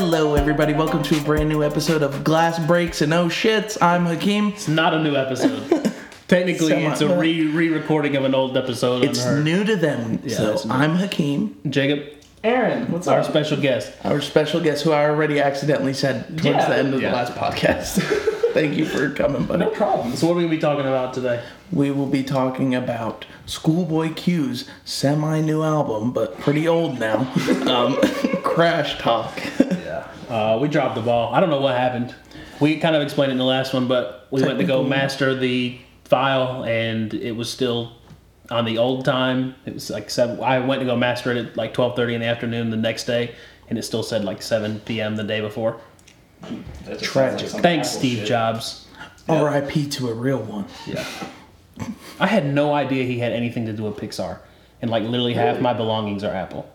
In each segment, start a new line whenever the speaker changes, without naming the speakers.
everybody. Welcome to a brand new episode of Glass Breaks and Oh Shits. I'm Hakeem.
It's not a new episode. Technically,
Somewhat,
it's a
but-
re re recording of an old episode.
It's
on our,
new to them, so
it's new.
I'm Hakeem.
Jacob,
Aaron, what's
our special guest.
Our special guest, who I already accidentally said towards
Yeah.
the end of
Yeah.
the last podcast. Thank you for coming, buddy.
problem. So, what are we going to be talking about today?
We will be talking about Schoolboy Q's semi new album, but pretty old now. um, crash Talk.
Yeah. Uh, we dropped the ball. I don't know what happened. We kind of explained it in the last one, but we went to go
Technical.
master the file, and it was still on the old time. It was like seven. I went to go master it at like twelve thirty in the afternoon the next day, and it still said like seven p.m. the day before.
That
Tragic.
just sounds like some
Thanks,
Apple
Steve
shit.
Jobs.
RIP to a real one.
Yeah. I had no idea he had anything to do with Pixar. And like literally half my belongings are Apple.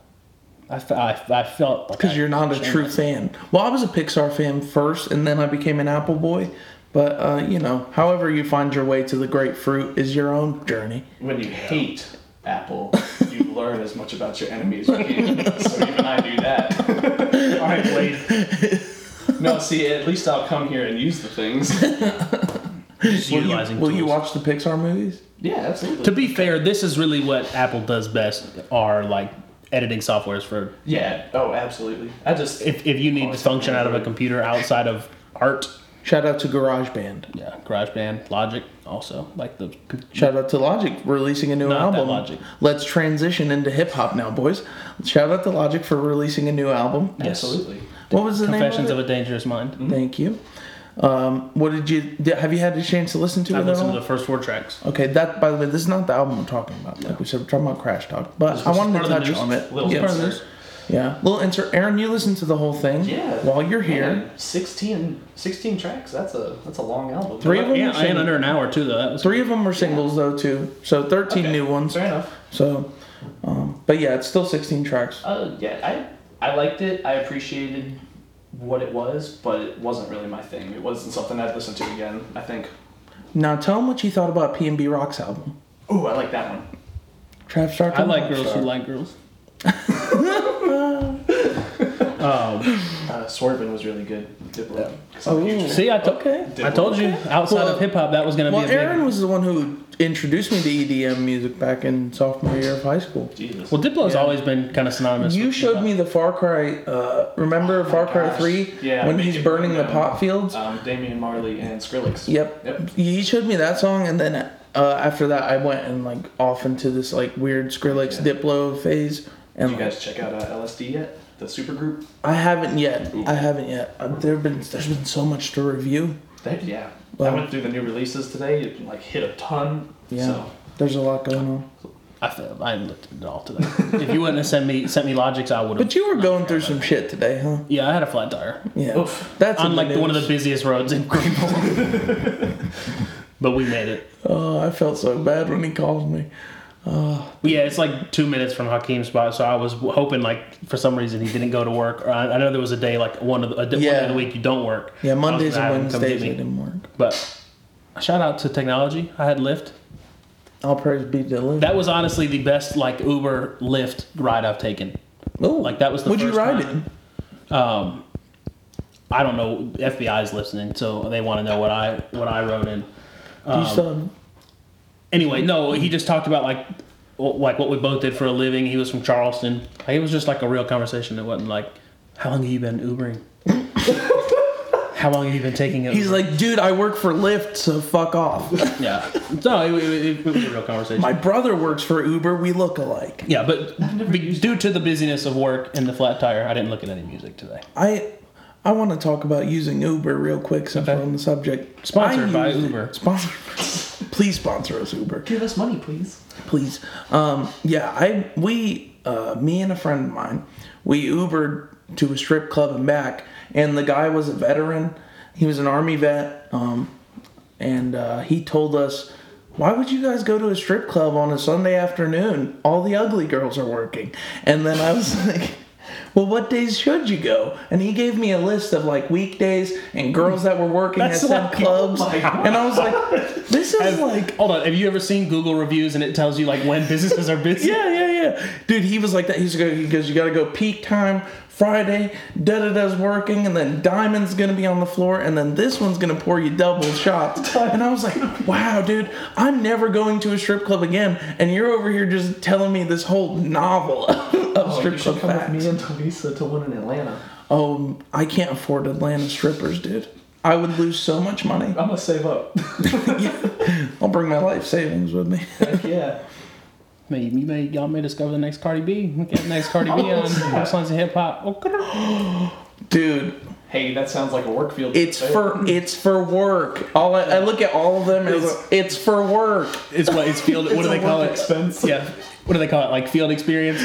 I, fe- I, I felt like
Because
I-
you're not a true fan. Well, I was a Pixar fan first, and then I became an Apple boy. But uh, you know, however you find your way to the grapefruit is your own journey.
When you hate Apple, you learn as much about your enemy as you can. so even I do that.
All right, Wade.
No, see, at least I'll come here and use the things.
Just utilizing
Will you
tools.
watch the Pixar movies?
Yeah, absolutely.
To be fair, this is really what Apple does best are like editing softwares for
yeah. Oh, absolutely. I just
if, if you need to function out of a computer outside of art.
Shout out to GarageBand.
Yeah, GarageBand, Logic also. Like the
Shout out to Logic releasing a new
Not that
album.
Logic.
Let's transition into hip hop now, boys. Shout out to Logic for releasing a new album.
absolutely.
What was the
Confessions
name of
of
it?
a Dangerous Mind.
Thank you. Um, what did you did, have? You had a chance to listen to
I
it? at all?
listened to the first four tracks.
Okay, that by the way, this is not the album I'm talking about. Like we said, we're talking about Crash Talk, but I wanted
part
to
of the
touch
news.
on it.
Little
yeah,
insert.
yeah, little insert. Aaron, you listened to the whole thing.
Yeah.
While you're here,
Man, 16, 16 tracks. That's a that's a long album.
Three of them-
Yeah, and under an hour too though. That was
three of them were singles though too, so 13
Okay,
new ones.
Fair enough.
So, um, but yeah, it's still 16 tracks.
Uh, yeah, I I liked it. I appreciated what it was, but it wasn't really my thing. It wasn't something I'd listen to again. I think.
Now tell him what you thought about P and B Rock's album,
Ooh, I like that one.
Trap Star.
I
Come
like
Rock
girls
Star.
who like girls.
Uh, Swervin was really good. Diplo. 'Cause I'm a huge
Oh,
fan.
See, I, to- I told you outside
Well-
of hip hop that was gonna
Well,
be a big.
Aaron was the one who introduced me to EDM music back in sophomore year of high school.
Jesus.
well, Diplo's always been kind of synonymous.
You
with
showed
hip-hop.
me the Far Cry. Uh, remember
my
Far Cry
gosh.
Three
Yeah,
when
make
he's
it
burning
burn
the
down.
pot fields.
um, Damian Marley and Skrillex.
yep.
Yep.
He showed me that song, and then uh, after that, I went and like off into this like weird Skrillex
Yeah.
Diplo phase.
Did
And
you
like,
guys check out uh, LSD yet? The supergroup.
I haven't yet. I haven't yet. Uh, There've been there's been so much to review.
They, yeah.
Wow.
I went through the new releases today. It like hit a ton.
Yeah.
So.
There's a lot going on.
Oh.
I feel, I didn't look at it all today. if you wouldn't have sent me sent me Logics, I would have.
But you
Oh,
were going through some shit today, huh?
yeah, I had a flat tire
Yeah.
Oof.
That's in
on like
the
one of
news.
the busiest roads in Greenville. but we made it.
Oh, I felt so bad when he called me.
Yeah, it's like two minutes from Hakeem's spot, so I was hoping like for some reason he didn't go to work. Or I, I know there was a day like one of the, a day- one
Yeah.
day of the week you don't work.
Yeah,
I was
Mondays
gonna
and
have him come get
Wednesdays I
me.
didn't work.
But shout out to technology. I had Lyft.
All praise be to Lou.
That was honestly the best like Uber Lyft ride I've taken.
Oh,
like, that was the
Would you
first
ride
time.
it?
Um, I don't know. FBI is listening, so they want to know what I what I wrote in.
Do you
Um,
still have-
anyway, no, he just talked about like w- like what we both did for a living. He was from Charleston. Like, it was just like a real conversation. It wasn't like, how long have you been Ubering? how long have you been taking it?
He's like, dude, I work for Lyft, so fuck off.
yeah, no, it, it- it was a real conversation.
My brother works for Uber. We look alike.
yeah, but be, due to the busyness of work and the flat tire, I didn't look at any music today.
I I want to talk about using Uber real quick since
Okay.
we're on the subject.
Sponsored
I
by
used it-
Uber.
Sponsored. Please sponsor us, Uber.
Give us money, please.
Please. Um, yeah, I we uh, me and a friend of mine we Ubered to a strip club and back, and the guy was a veteran. He was an army vet, um, and uh, he told us. Why would you guys go to a strip club on a Sunday afternoon? All the ugly girls are working. And then I was like, well, what days should you go? And he gave me a list of like weekdays and girls that were working at
That's
said
like-
clubs.
oh my God.
and I was like, this is
Have-
like
hold on. Have you ever seen Google reviews and it tells you like when businesses are busy?
yeah, yeah, yeah, yeah. Dude, he was like that. He's going, he goes, you got to go peak time Friday. Da da da's working, and then Diamond's going to be on the floor, and then this one's going to pour you double shots. And I was like, wow, dude, I'm never going to a strip club again. And you're over here just telling me this whole novel of
Oh,
strip
you
club
should come
facts.
with me and Talisa to one in Atlanta.
Oh, I can't afford Atlanta strippers, dude. I would lose so much money.
I'm gonna save up.
I'll bring my life savings with me.
Heck yeah.
Maybe, maybe y'all may discover the next Cardi B. Get the next Cardi B
Oh,
on
snap.
Sons of Hip Hop. Okay.
Dude,
Hey, that sounds like a work field.
it's for it's for work. All I, I look at all of them as it's for work.
It's what it's field. what do they call it?
Expense.
Yeah. What do they call it? Like field experience.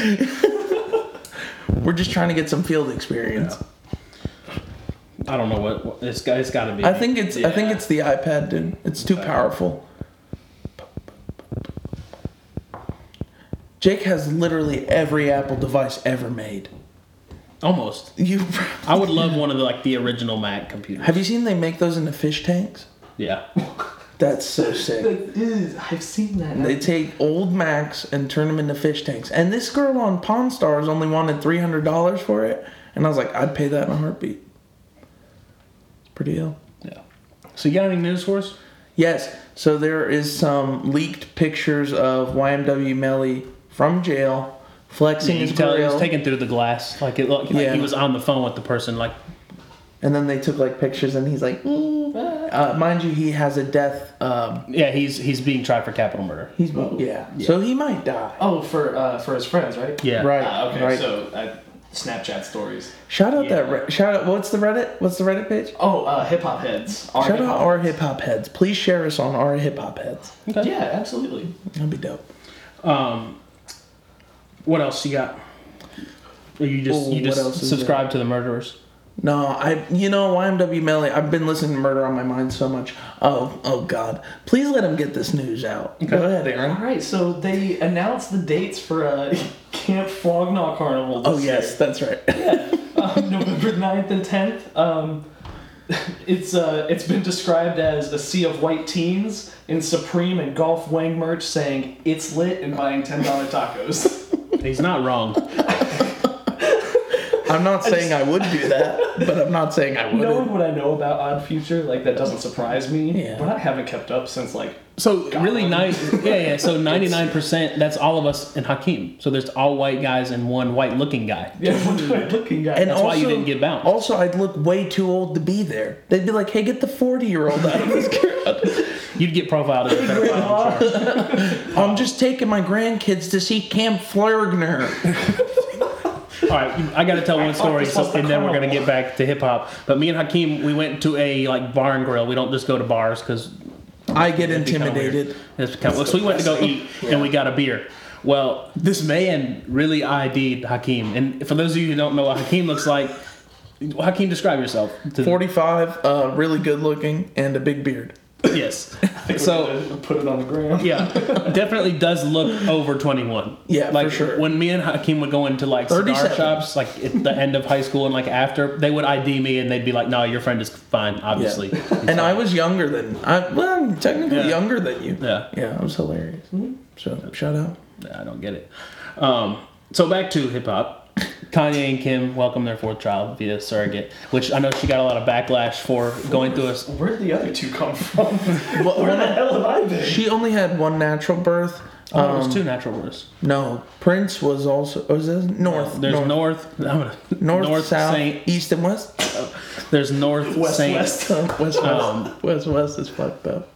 We're just trying to get some field experience.
I don't know what, what it's got. It's got to be.
I think it's I think it's the iPad, dude. It's too powerful. Jake has literally every Apple device ever made.
almost.
You
I would love one of the like the original Mac computers.
have you seen they make those into fish tanks?
Yeah.
That's so sick.
That is. I've seen that.
They take old Macs and turn them into fish tanks. And this girl on Pawn Stars only wanted three hundred dollars for it, and I was like, I'd pay that in a heartbeat. It's pretty ill.
Yeah. So you got any news for us?
Yes. So there is some leaked pictures of YMW Melly from jail flexing
You
his
can tell it was
grill,
taken through the glass. Like it looked. Like
Yeah.
He was on the phone with the person. Like
and then they took like pictures, and he's like, "Mm." uh, mind you, he has a death. Um,
yeah, he's he's being tried for capital murder.
he's yeah. So he might die.
Oh, for uh, for his friends, right?
Yeah.
Right.
Ah, okay,
right.
so uh, Snapchat stories.
shout out that
Yeah.
re- shout out. What's the Reddit? What's the Reddit page?
Oh, uh, hip hop heads. Our
Shout
hip
out
hop-
our hip hop heads. Please share us on our hip hop heads.
Okay.
Yeah, absolutely.
That'd be dope.
Um. What else you got? Or you just
Oh,
you
what else
just
is
subscribe to the murderers.
No, I you know YMW Melly. I've been listening to Murder on My Mind so much. Oh oh God! Please let him get this news out. Go ahead,
All
Aaron.
right, so they announced the dates for uh, Camp Flognaw Carnival. This
Oh yes, that's right.
year, um, November 9th and 10th. Um, it's uh, it's been described as a sea of white teens in Supreme and golf wang merch, saying it's lit and buying ten dollar tacos.
He's not wrong.
I'm not saying I would do that, but I'm not saying I
Knowing
wouldn't.
what I know about Odd Future, like that doesn't surprise me.
Yeah.
But I haven't kept up since like
So really
one.
nice. Yeah, yeah. So ninety nine percent. That's all of us and Hakeem. So there's all white guys and one white looking guy.
yeah, what am I looking at?
And
That's why you didn't get bounced.
Also, I'd look way too old to be there. They'd be like, "Hey, get the 40 year old out of this crowd."
You'd get profiled as a pedophile.
I'm just taking my grandkids to see Camp Flergner.
All right, I got to tell one story,
this
so,
was the
and then we're gonna
carnival.
get back to hip hop. But me and Hakeem, we went to a like bar and grill. We don't just go to bars because
I get intimidated.
That's kind of, so we went to go eat and we got a beer. Well, this man really ID'd Hakeem, and for those of you who don't know what Hakeem looks like, Hakeem, describe yourself. to-
45, uh, really good looking, and a big beard.
yes.
so
So
put it on the ground.
yeah, definitely does look over 21.
Yeah, for
like
sure.
when me and Hakeem would go into like cigar
37.
shops, like at the end of high school and like after, they would ID me and they'd be like, "No, your friend is fine,
Yeah.
obviously."
and I was younger than I. Well, I'm technically
Yeah.
younger than you.
Yeah.
Yeah, I was hilarious. Mm-hmm. So shout out.
I don't get it. Um, so back to hip hop. Kanye and Kim welcome their fourth child via surrogate, which I know she got a lot of backlash for going through us.
Where'd the other two come from?
Well,
Where
when
the
I-
hell have I been?
she only had one natural birth.
Oh, it was two natural births.
No, Prince was also was this North.
There's
North,
North, I'm gonna-
North, South,
Saint.
East, and West.
There's North
West,
Saint.
West.
Uh, West, West,
Um,
West, West is fucked up.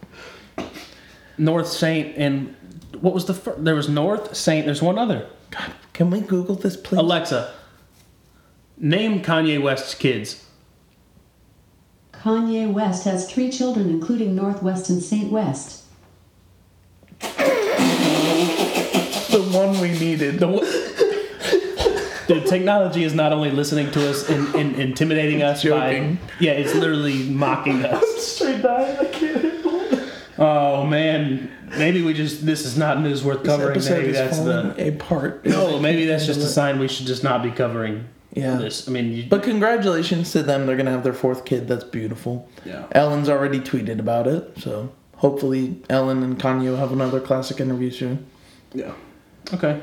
North Saint and what was the fir- there was North Saint. There's one other
God, can we Google this, please?
Alexa. Name Kanye West's kids.
Kanye West has three children, including Northwest and St. West.
the one we needed.
The w- the technology is not only listening to us and, and intimidating us
Joking.
by yeah, it's literally mocking us.
Straight dying. I can't handle it.
Oh man, maybe we just this is not news worth
This
covering.
episode
Maybe
is
that's
falling
the
apart.
no. Maybe that's just a sign we should just not be covering
Yeah.
this. I mean, you,
But congratulations to them. They're gonna have their fourth kid. That's beautiful.
Yeah.
Ellen's already tweeted about it, so hopefully Ellen and Kanye will have another classic interview soon.
yeah. Okay.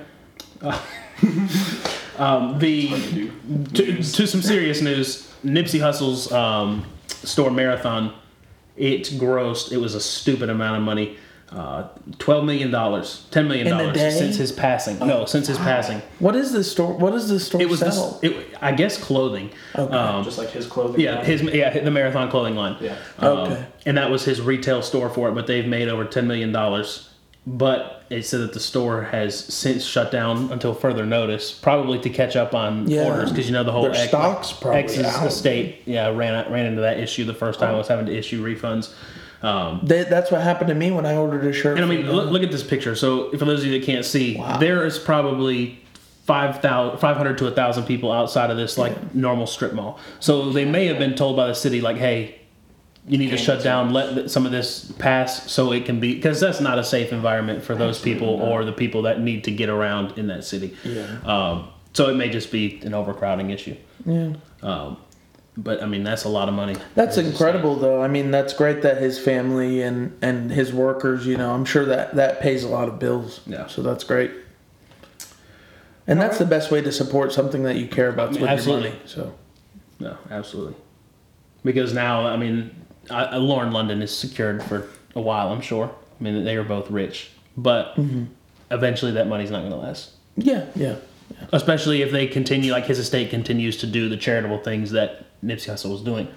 Uh, Um, the to, to some serious news, Nipsey Hussle's um, store marathon, it grossed. It was a stupid amount of money. Uh, Twelve million dollars, ten million
In a day?
dollars since his passing. No, since his passing,
What is this store? What is this store
it was this,
sell?
it, I guess clothing.
Okay.
Um,
just like his clothing.
yeah,
line.
his yeah the marathon clothing line.
Yeah.
Um,
Okay.
And that was his retail store for it, but they've made over ten million dollars. But it said that the store has since shut down until further notice, probably to catch up on
Yeah.
orders because you know the whole
Their stock's probably
X's
out. Oh.
estate. Yeah, ran ran into that issue the first time I was having to issue refunds. Um,
They, that's what happened to me when I ordered a shirt.
and I
from
mean,
them.
look, look at this picture. So, for those of you that can't see,
Wow.
there is probably 5,000 500 to 1,000 people outside of this like normal strip mall. So, they may have been told by the city, like, hey, you need to shut down, let th- some of this pass so it can be, because that's not a safe environment for those people or the people that need to get around in that city.
Yeah.
Um, so, it may just be an overcrowding issue.
yeah.
Um, but, I mean, that's a lot of money.
That's incredible, though. I mean, that's great that his family and and his workers. You know, I'm sure that that pays a lot of bills.
Yeah.
So that's great. And that's the best way to support something that you care about
I mean,
with
absolutely.
your money. So
No, absolutely. Because now, I mean, I, I- Lauren London is secured for a while, I'm sure. I mean, they are both rich, but eventually that money's not going to last.
yeah, yeah,
Especially if they continue, like his estate continues to do the charitable things that Nipsey Hussle was doing.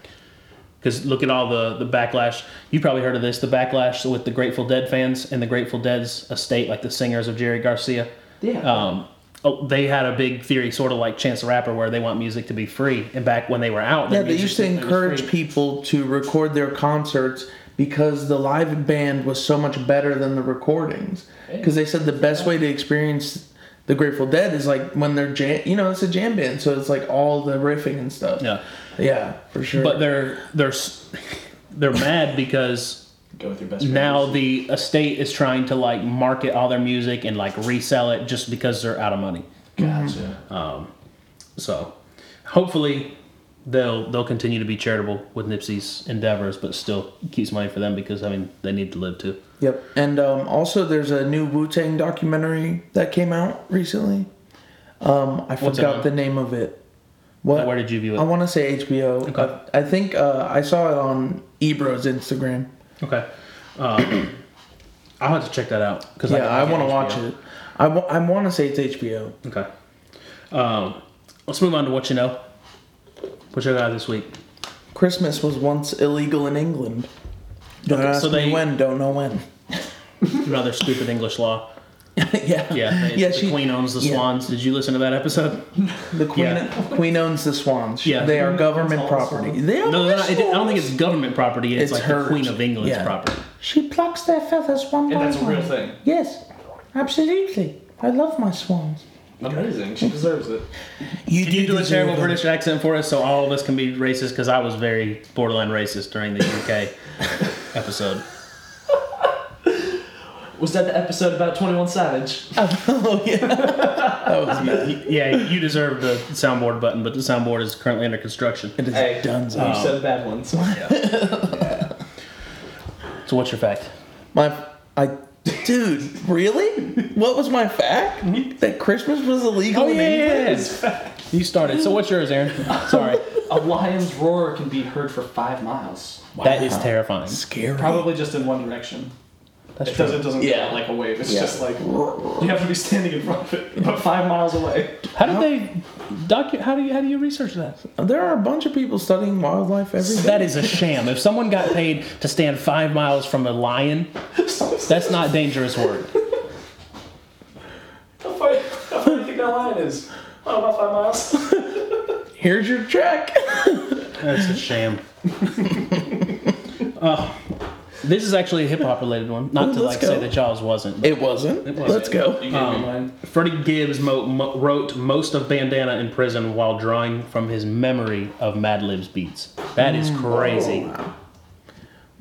Because look at all the, the backlash. You probably heard of this the backlash with the Grateful Dead fans and the Grateful Dead's estate, like the singers of Jerry Garcia.
Yeah.
Um, oh, they had a big theory, sort of like Chance the Rapper, where they want music to be free. And back when they were out,
yeah.
their
They
music
used to
was
encourage
free.
people to record their concerts because the live band was so much better than the recordings. Because they said the best way to experience the Grateful Dead is like when they're jam. You know, it's a jam band, so it's like all the riffing and stuff.
Yeah.
Yeah, for sure.
But they're they're s- they're mad because
go with your best.
now
friends.
the estate is trying to like market all their music and like resell it just because they're out of money. Um,
gotcha.
So hopefully they'll they'll continue to be charitable with Nipsey's endeavors, but still keeps money for them because I mean they need to live too.
Yep. And um, also, there's a new Wu Tang documentary that came out recently. Um, I
What's it
forgot
on?
the name of it. What?
Where did you view it?
I want to say HBO.
Okay.
I, I think uh, I saw it on Ebro's Instagram.
Okay. Um, I'll have to check that out because
yeah, I, want to watch it. I want to say it's HBO.
Okay. Um, let's move on to what you know. What you got this week?
Christmas was once illegal in England. Don't
Okay,
ask
so they-
me when. Don't know when.
Another stupid English law.
yeah.
Yeah, they,
Yeah.
the
she,
Queen owns the
yeah.
Swans. Did you listen to that episode?
The queen.
yeah.
Queen owns the swans.
Yeah.
They are government
Owns all the
property.
swans.
They own
No,
the
no, I don't think it's government property. It's,
It's
like
hers.
the Queen of England's
Yeah.
property.
She plucks their feathers one
And
by
that's a
one.
real thing.
Yes, absolutely. I love my swans.
Amazing. She deserves it.
You
Can you do a terrible British accent for us so all of us can be racist? Because I was very borderline racist during the UK episode.
Was that the episode about Twenty One Savage?
oh yeah, that was bad.
Yeah, you deserve the soundboard button, but the soundboard is currently under construction.
It is
Hey.
Dunzo.
You said bad ones.
So what's your fact?
My, I, dude, really? What was my fact? That Christmas was illegal
Oh,
in England?
You started. So what's yours, Aaron? Sorry.
A lion's roar can be heard for five miles.
That is terrifying.
Scary.
Probably just in one direction.
That's
It doesn't,
true.
it doesn't
Yeah.
yeah. like a wave. It's
Yeah.
just like you have to be standing in front of it, but five miles away.
How did they docu- How do you how do you research that?
There are a bunch of people studying wildlife every day.
That is a sham. If someone got paid to stand five miles from a lion, that's not dangerous work.
How far, how far do you think that lion is? Oh, about five miles.
Here's your check.
That's a sham. Oh, this is actually a hip hop related one. Not
Ooh,
to
let's
like
go.
say that Jaws wasn't. but-
It wasn't.
wasn't.
Let's go.
You can do mine.
Freddie Gibbs mo- mo- wrote most of Bandana in prison while drawing from his memory of Mad Lib's beats. That
Mm.
is crazy.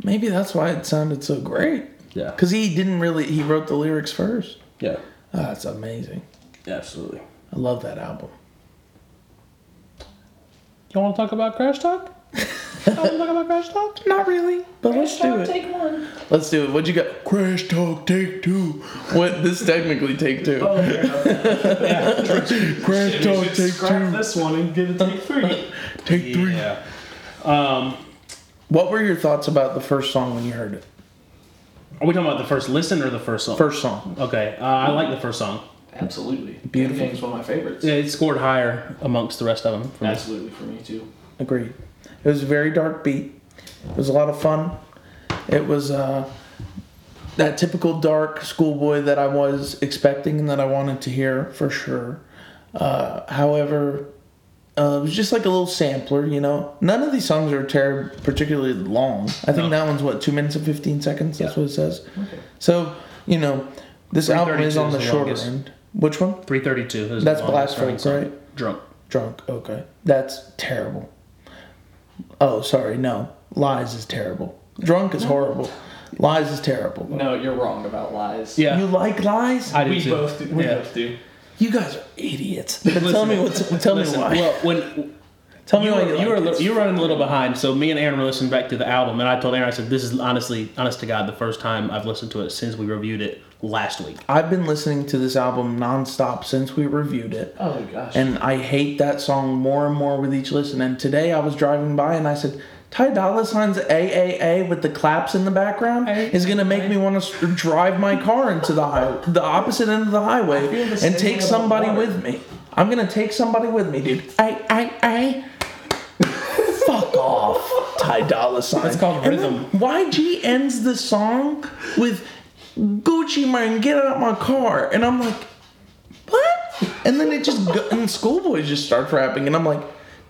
Maybe that's why it sounded so great.
Yeah.
Because he didn't really. He wrote the lyrics first.
Yeah.
Oh, that's amazing.
Absolutely.
I love that album.
You want to talk about Crash Talk?
Not really, but let's do it.
Take one.
Let's do it. What'd you got? Crash talk take two. What? This is technically take two.
Oh, fair enough.
Crash
Shit, we should scrap this one and get a take three.
Take
Yeah. Um,
What were your thoughts about the first song when you heard it?
are we talking about the first listen or the first song?
First song.
Okay, uh, I like the first song.
Absolutely.
Beautiful.
That game's one of my favorites.
Yeah, It scored higher amongst the rest of them. For me.
Absolutely for me too.
Agreed. It was a very dark beat. It was a lot of fun. It was uh, that typical dark schoolboy that I was expecting and that I wanted to hear for sure. Uh, however, uh, it was just like a little sampler, you know. None of these songs are ter- particularly long. I think
No.
that one's what two minutes and fifteen seconds. That's
Yeah.
what it says. So you know, this album is
332
on
is
the,
the
shorter
longest.
end. Which one?
332. is
That's
the longest
Blast
running
Funk,
song.
right?
Drunk.
Drunk. Okay. That's terrible. Oh, sorry. No. Lies is terrible. Drunk is horrible. Lies is terrible.
No, you're wrong about lies.
Yeah.
You like lies?
I do
We
too.
both do. We
Yeah.
both do.
you guys are idiots. But tell me what's, tell
Listen,
me why.
Well, when
tell me
you
why
were, you, were,
like
you were running a little behind, so me and Aaron were listening back to the album, and I told Aaron, I said, this is honestly, honest to God, the first time I've listened to it since we reviewed it last week.
I've been listening to this album nonstop since we reviewed it.
Oh gosh.
And I hate that song more and more with each listen. And today I was driving by and I said, Ty Dolla Sign's AAA with the claps in the background
I-
is gonna make me want to drive my car into the high, the opposite end of the highway,
feel the
and
same
take
about
somebody
water.
with me. I'm gonna take somebody with me, dude. I I I. Fuck off, Ty Dolla Sign.
That's called
And then YG ends the song with Gucci man, get out of my car, and I'm like, what? And then it just go- and Schoolboy just starts rapping, and I'm like,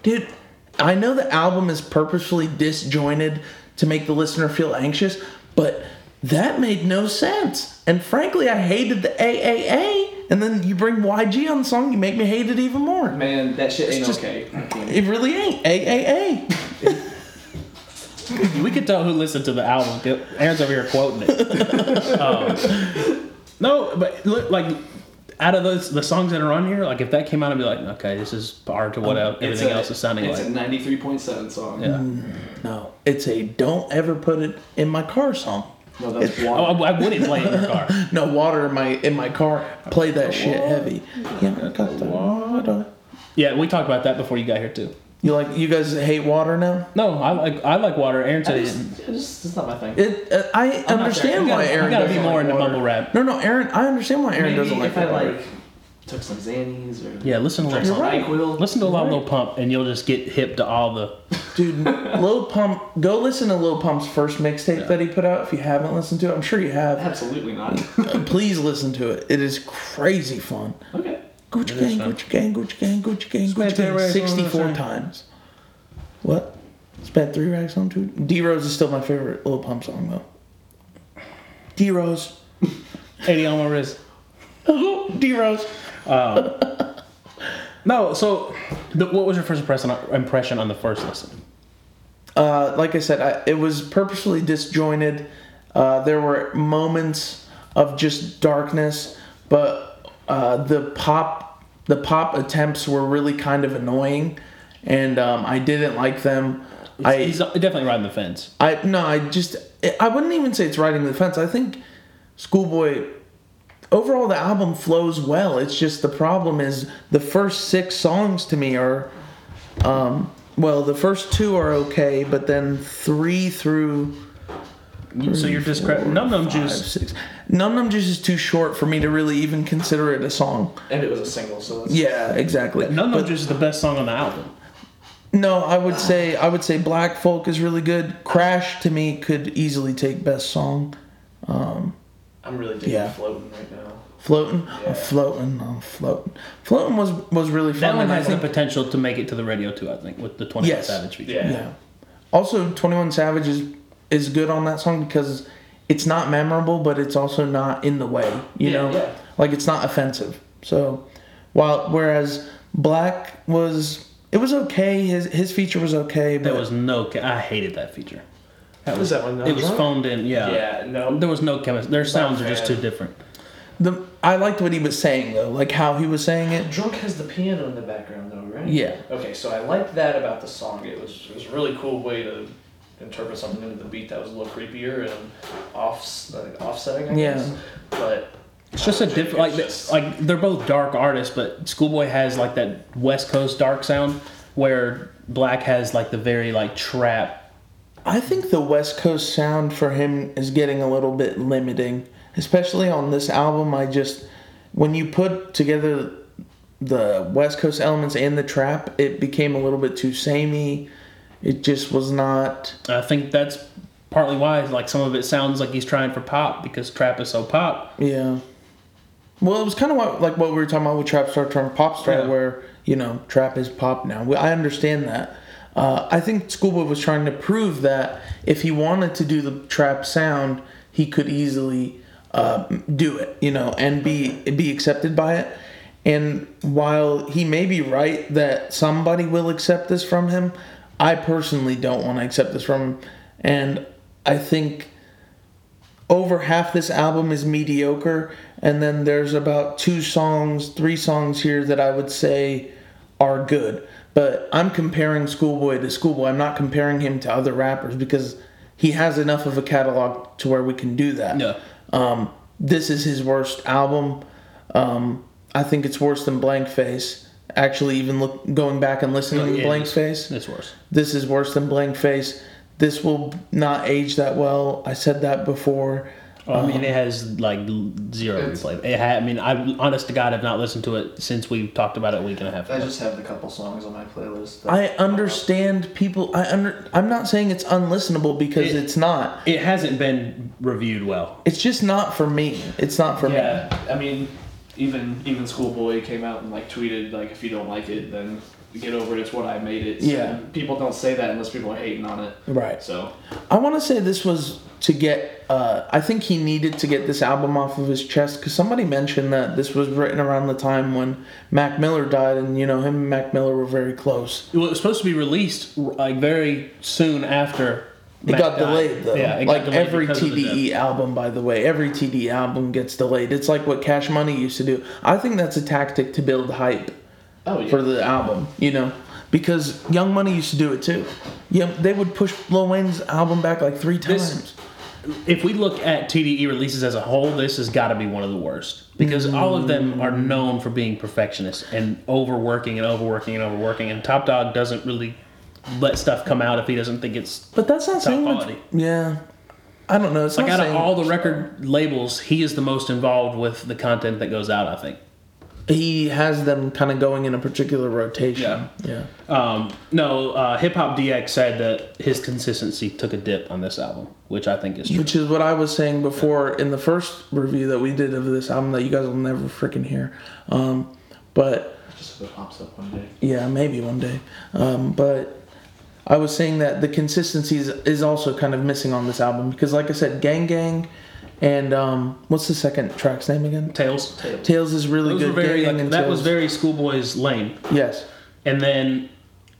dude, I know the album is purposefully disjointed to make the listener feel anxious, but that made no sense. And frankly, I hated the AAA, and then you bring YG on the song, you make me hate it even more.
Man, that shit ain't
just-
okay. I can't-
It really ain't AAA.
We could tell who listened to the album. Aaron's over here quoting it. Um, no, but look, like out of those the songs that are on here, like if that came out, I'd be like, okay, this is par to what uh,
Um, It's
everything
a-
else is sounding
It's
like.
a 93.7 song.
yeah.
No, it's a "Don't ever put it in my car" song.
No, that's
Oh,
one.
I, I wouldn't play it in your car.
No water in my in my car. Play that shit heavy. Yeah, I got the water.
Yeah, we talked about that before you got here too.
You like you guys hate water now?
No, I like I like water. Aaron
I
said he
just-
didn't.
it's just- it's not my thing.
It. Uh, I
there.
understand
You
why
gotta- you
Aaron.
You gotta be
doesn't
more
like
into
water.
bubble wrap.
No, no, Aaron. I understand why Aaron
Maybe
doesn't like
if I
water.
like took some Xannies or
Yeah, listen to
drank
Lil
some
Pump.
NyQuil.
Listen to a lot of Lil Pump, and you'll just get hip to all the.
Dude, Lil Pump. Go listen to Lil Pump's first mixtape that he put out. If you haven't listened to it, I'm sure you have.
Absolutely not.
Please listen to it. It is crazy fun.
okay.
Gucci gang,
fun.
Gucci gang, Gucci gang, Gucci gang,
Spent
Gucci
three
gang.
racks on the
Sixty-four
train.
times. What? Spent three racks on two. D Rose is still my favorite Lil Pump song though. D Rose.
80 on my wrist.
D Rose.
No, so the, what was your first impression impression on the first listen?
uh, like I said, I, it was purposefully disjointed. Uh, there were moments of just darkness, but uh, the pop the pop attempts were really kind of annoying, and um, I didn't like them. I
He's definitely riding the fence.
I no, I just I wouldn't even say it's riding the fence. I think Schoolboy overall the album flows well. It's just the problem is the first six songs to me are um well, the first two are okay, but then three through
so you're discrediting Num Num Juice.
six. Num Num Juice is too short for me to really even consider it a song.
And it was a single, so that's
Yeah, exactly.
Num
But-
Num Juice is the best song on the album.
No, I would say I would say Black Folk is really good. Crash to me could easily take best song.
I'm really digging
Yeah.
floating right now.
Floating,
Yeah.
I'm floating, I'm floating. Floating was was really fun.
That one
and I
has the
think-
potential to make it to the radio too. I think with the 21
Yes.
Savage feature.
Yeah.
yeah. Also, Twenty One Savage is is good on that song because it's not memorable, but it's also not in the way. You
Yeah,
know,
yeah.
like it's not offensive. So, while whereas Black was it was okay. His his feature was okay, but
There was no. Ke- I hated that feature.
That was that one?
It was phoned in. Yeah.
Yeah, no.
There was no chemistry. Their sounds are just
fan.
too different.
the I liked what he was saying though, like how he was saying it.
Drunk has the piano in the background, though, right?
Yeah.
Okay, so I liked that about the song. It was it was a really cool way to interpret something into the beat that was a little creepier and off like offsetting. I
Yeah.
guess. But
It's just a different, like,
It's just-
like they're both dark artists, but Schoolboy has like that West Coast dark sound, where Black has like the very like trap.
I think the West Coast sound for him is getting a little bit limiting, especially on this album. I just when you put together the West Coast elements and the trap, it became a little bit too samey. It just was not.
I think that's partly why like some of it sounds like he's trying for pop because trap is so pop.
Yeah. Well, it was kind of what, like what we were talking about with trap star turned pop star,
Yeah.
where you know trap is pop now. We, I understand that. Uh, I think Schoolboy was trying to prove that if he wanted to do the trap sound, he could easily uh, do it, you know, and be be accepted by it. And while he may be right that somebody will accept this from him, I personally don't want to accept this from him. And I think over half this album is mediocre and then there's about two songs three songs here that i would say are good but i'm comparing schoolboy to schoolboy i'm not comparing him to other rappers because he has enough of a catalog to where we can do that
Yeah.
um, this is his worst album um, i think it's worse than blank face actually even look going back and listening to
Oh, Yeah,
blank
it's-
face
It's worse.
this is worse than blank face this will not age that well i said that before
I
Uh-huh.
mean, it has like zero
It's-
replay. It ha- I mean, I honest to God have not listened to it since we talked about it a week and a half
I
ago.
just have the couple songs on my playlist.
I understand people. I under. I'm not saying it's unlistenable because
It-
it's not.
It hasn't been reviewed well.
It's just not for me. It's not for me.
Yeah, I mean, even even Schoolboy came out and like tweeted like, if you don't like it, then get over it. It's what I made it. So
Yeah.
People don't say that unless people are hating on it.
Right.
So
I want to say this was to get. Uh, I think he needed to get this album off of his chest because somebody mentioned that this was written around the time when Mac Miller died, and you know him and Mac Miller were very close.
Well, it was supposed to be released like very soon after.
It
Mac
got
died.
delayed though.
Yeah, it got
like
delayed
every E
because of the death.
TDE album, by the way, every TDE album gets delayed. It's like what Cash Money used to do. I think that's a tactic to build hype.
oh yeah.
for the album, you know, because Young Money used to do it too. Yeah, they would push Lil Wayne's album back like three
This-
times.
if we look at TDE releases as a whole, this has got to be one of the worst because all of them are
Mm.
known for being perfectionists and overworking and overworking and overworking. And Top Dog doesn't really let stuff come out if he doesn't think it's
but that's not saying much.
quality.
Yeah, I don't know. It's
like
not
out of
saying-
all the record labels, he is the most involved with the content that goes out. I think.
he has them kind of going in a particular rotation. Yeah,
Um, no, uh, Hip Hop DX said that his consistency took a dip on this album, which I think is true.
which is what I was saying before in the first review that we did of this album that you guys will never freaking hear. Um, but
Just if it pops up one day.
Yeah, maybe one day. Um, but I was saying that the consistency is, is also kind of missing on this album because, like I said, Gang Gang and um, what's the second track's name again?
Tails.
Tails is really
Those were
good.
very,
Gang Gang
like,
and
that
Tails.
was very Schoolboy's lane.
yes.
and then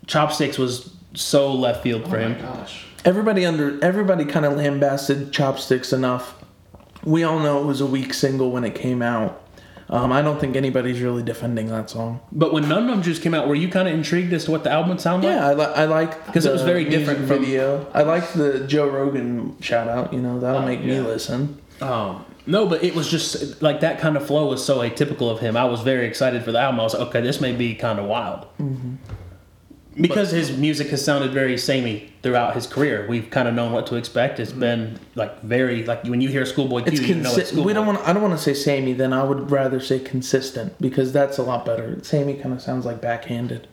chopsticks was so left field for
Oh my
him
gosh.
Everybody under everybody kind of lambasted Chopsticks enough. We all know it was a weak single when it came out. Um, I don't think anybody's really defending that song.
but when num num juice came out were you kind of intrigued as to what the album would sound like
Yeah, I, li- I like
'Cause it was
the
very
music
different from-
video. I like the Joe Rogan shout out. You know
Uh,
that'll make me
yeah.
listen.
um no but it was just like that kind of flow was so atypical of him i was very excited for the album i was like okay this may be kind of wild
Mm-hmm.
because his music has sounded very samey throughout his career we've kind of known what to expect it's been like very like when you hear schoolboy q
Mm-hmm. It's
you know it's
consistent.
schoolboy
we don't want. I don't want to say samey. Then I would rather say consistent because that's a lot better. Samey kind of sounds like backhanded.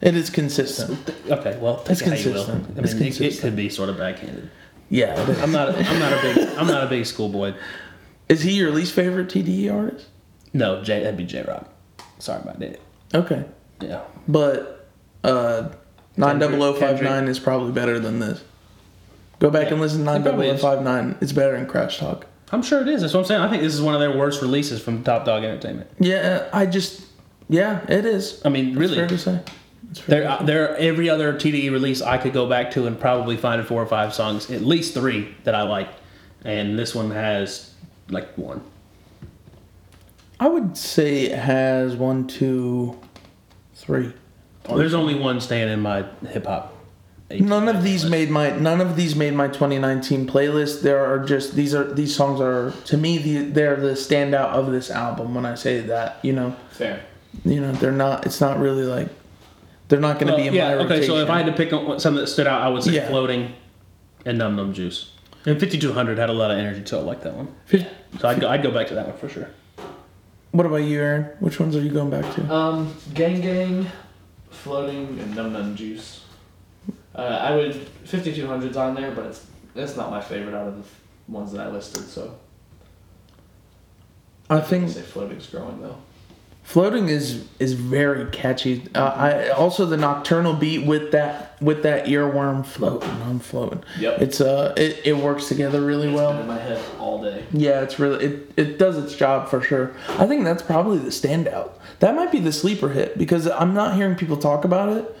It is consistent.
okay well take
It's
it how you will i
consistent.
mean
It's
it- it
consistent.
could be sort of backhanded
Yeah. It is.
i'm not i'm not a big i'm not a big schoolboy
is he your least favorite TDE artist?
No, J, that'd be J Rock. Sorry about that.
Okay,
Yeah.
but uh, nine double o five nine
Kendrick.
is probably better than this. Go back
Yeah,
and listen to
it
nine double
probably
o
is.
five nine. It's better than Crash Talk.
I'm sure it is. That's what I'm saying. I think this is one of their worst releases from Top Dog Entertainment.
Yeah, I just. Yeah, it is.
I mean,
It's fair to
really,
say. It's fair
there, uh, there, every other TDE release I could go back to and probably find four or five songs, at least three that I like, and this one has like one.
I would say it has one, two, three.
Oh, there's only one staying in my hip hop.
None of these made my none of these made my 2019 playlist. There are just these are these songs are to me the, they're the standout of this album. When I say that, you know,
Fair.
you know they're not. It's not really like they're not going to
Well,
be in
yeah,
my
okay.
rotation.
So if I had to pick on- something that stood out, I would say
Yeah.
floating and Num Num Juice. And 5200 had a lot of energy, so I like that one.
Fif-
So I'd go, I'd go back to that one for sure.
what about you, Aaron? Which ones are you going back to?
Um, gang gang, floating, and num num juice. Uh, I would 5200's on there, but it's it's not my favorite out of the ones that I listed. So
I
I think
think
say floating's growing though.
floating is is very catchy. Uh, I also the nocturnal beat with that with that earworm floating. I'm floating.
Yep.
It's uh it, it works together really
It's
well.
been in my head all day.
Yeah, it's really it, it does its job for sure. I think that's probably the standout. That might be the sleeper hit because I'm not hearing people talk about it,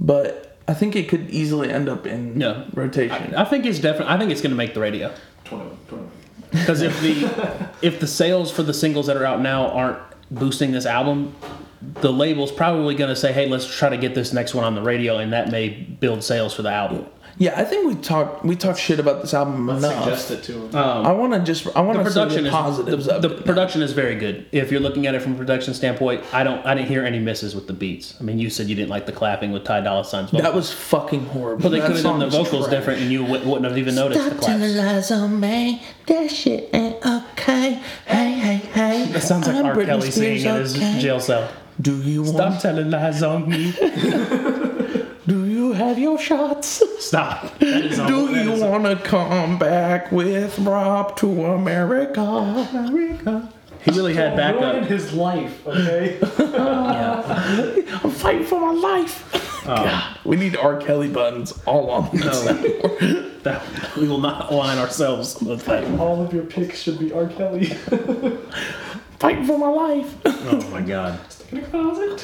but I think it could easily end up in
No.
rotation.
I, I think it's definitely. I think it's going to make the radio
21, 21.
because if the if the sales for the singles that are out now aren't boosting this album, the label's probably going to say, "Hey, let's try to get this next one on the radio," and that may build sales for the album.
yeah, I think we talked we talked shit about this album
Let's
enough.
suggest it to him.
Um,
I want to just I want
the
to see
production
the
is
positives
the,
of
the
it.
production is very good. If you're looking at it from a production standpoint, I don't I didn't hear any misses with the beats. I mean, you said you didn't like the clapping with Ty Dolla Sign's vocals.
that was fucking horrible.
but they
That
could have
song
done the
was
vocals
trash.
different, and you wou- wouldn't have even noticed the
Stop
claps.
telling lies on me. That shit ain't okay. Hey, hey, hey.
That sounds like
I'm
R.
Britney
Kelly
Spears,
singing in his
okay?
jail cell.
Do you
Stop
want?
telling lies on me.
Do you have your shots?
Stop. That is
Do
that
you
is-
want to come back with Rob to America?
He really had
Ruined
backup.
his life. Okay.
I'm fighting for my
Oh,
life.
um,
God, Uh, we need R. Kelly buttons all on this.
That- we will not align ourselves on the thing.
all of your picks should be R. Kelly.
Fighting for my life.
Oh my god.
Stick in a closet.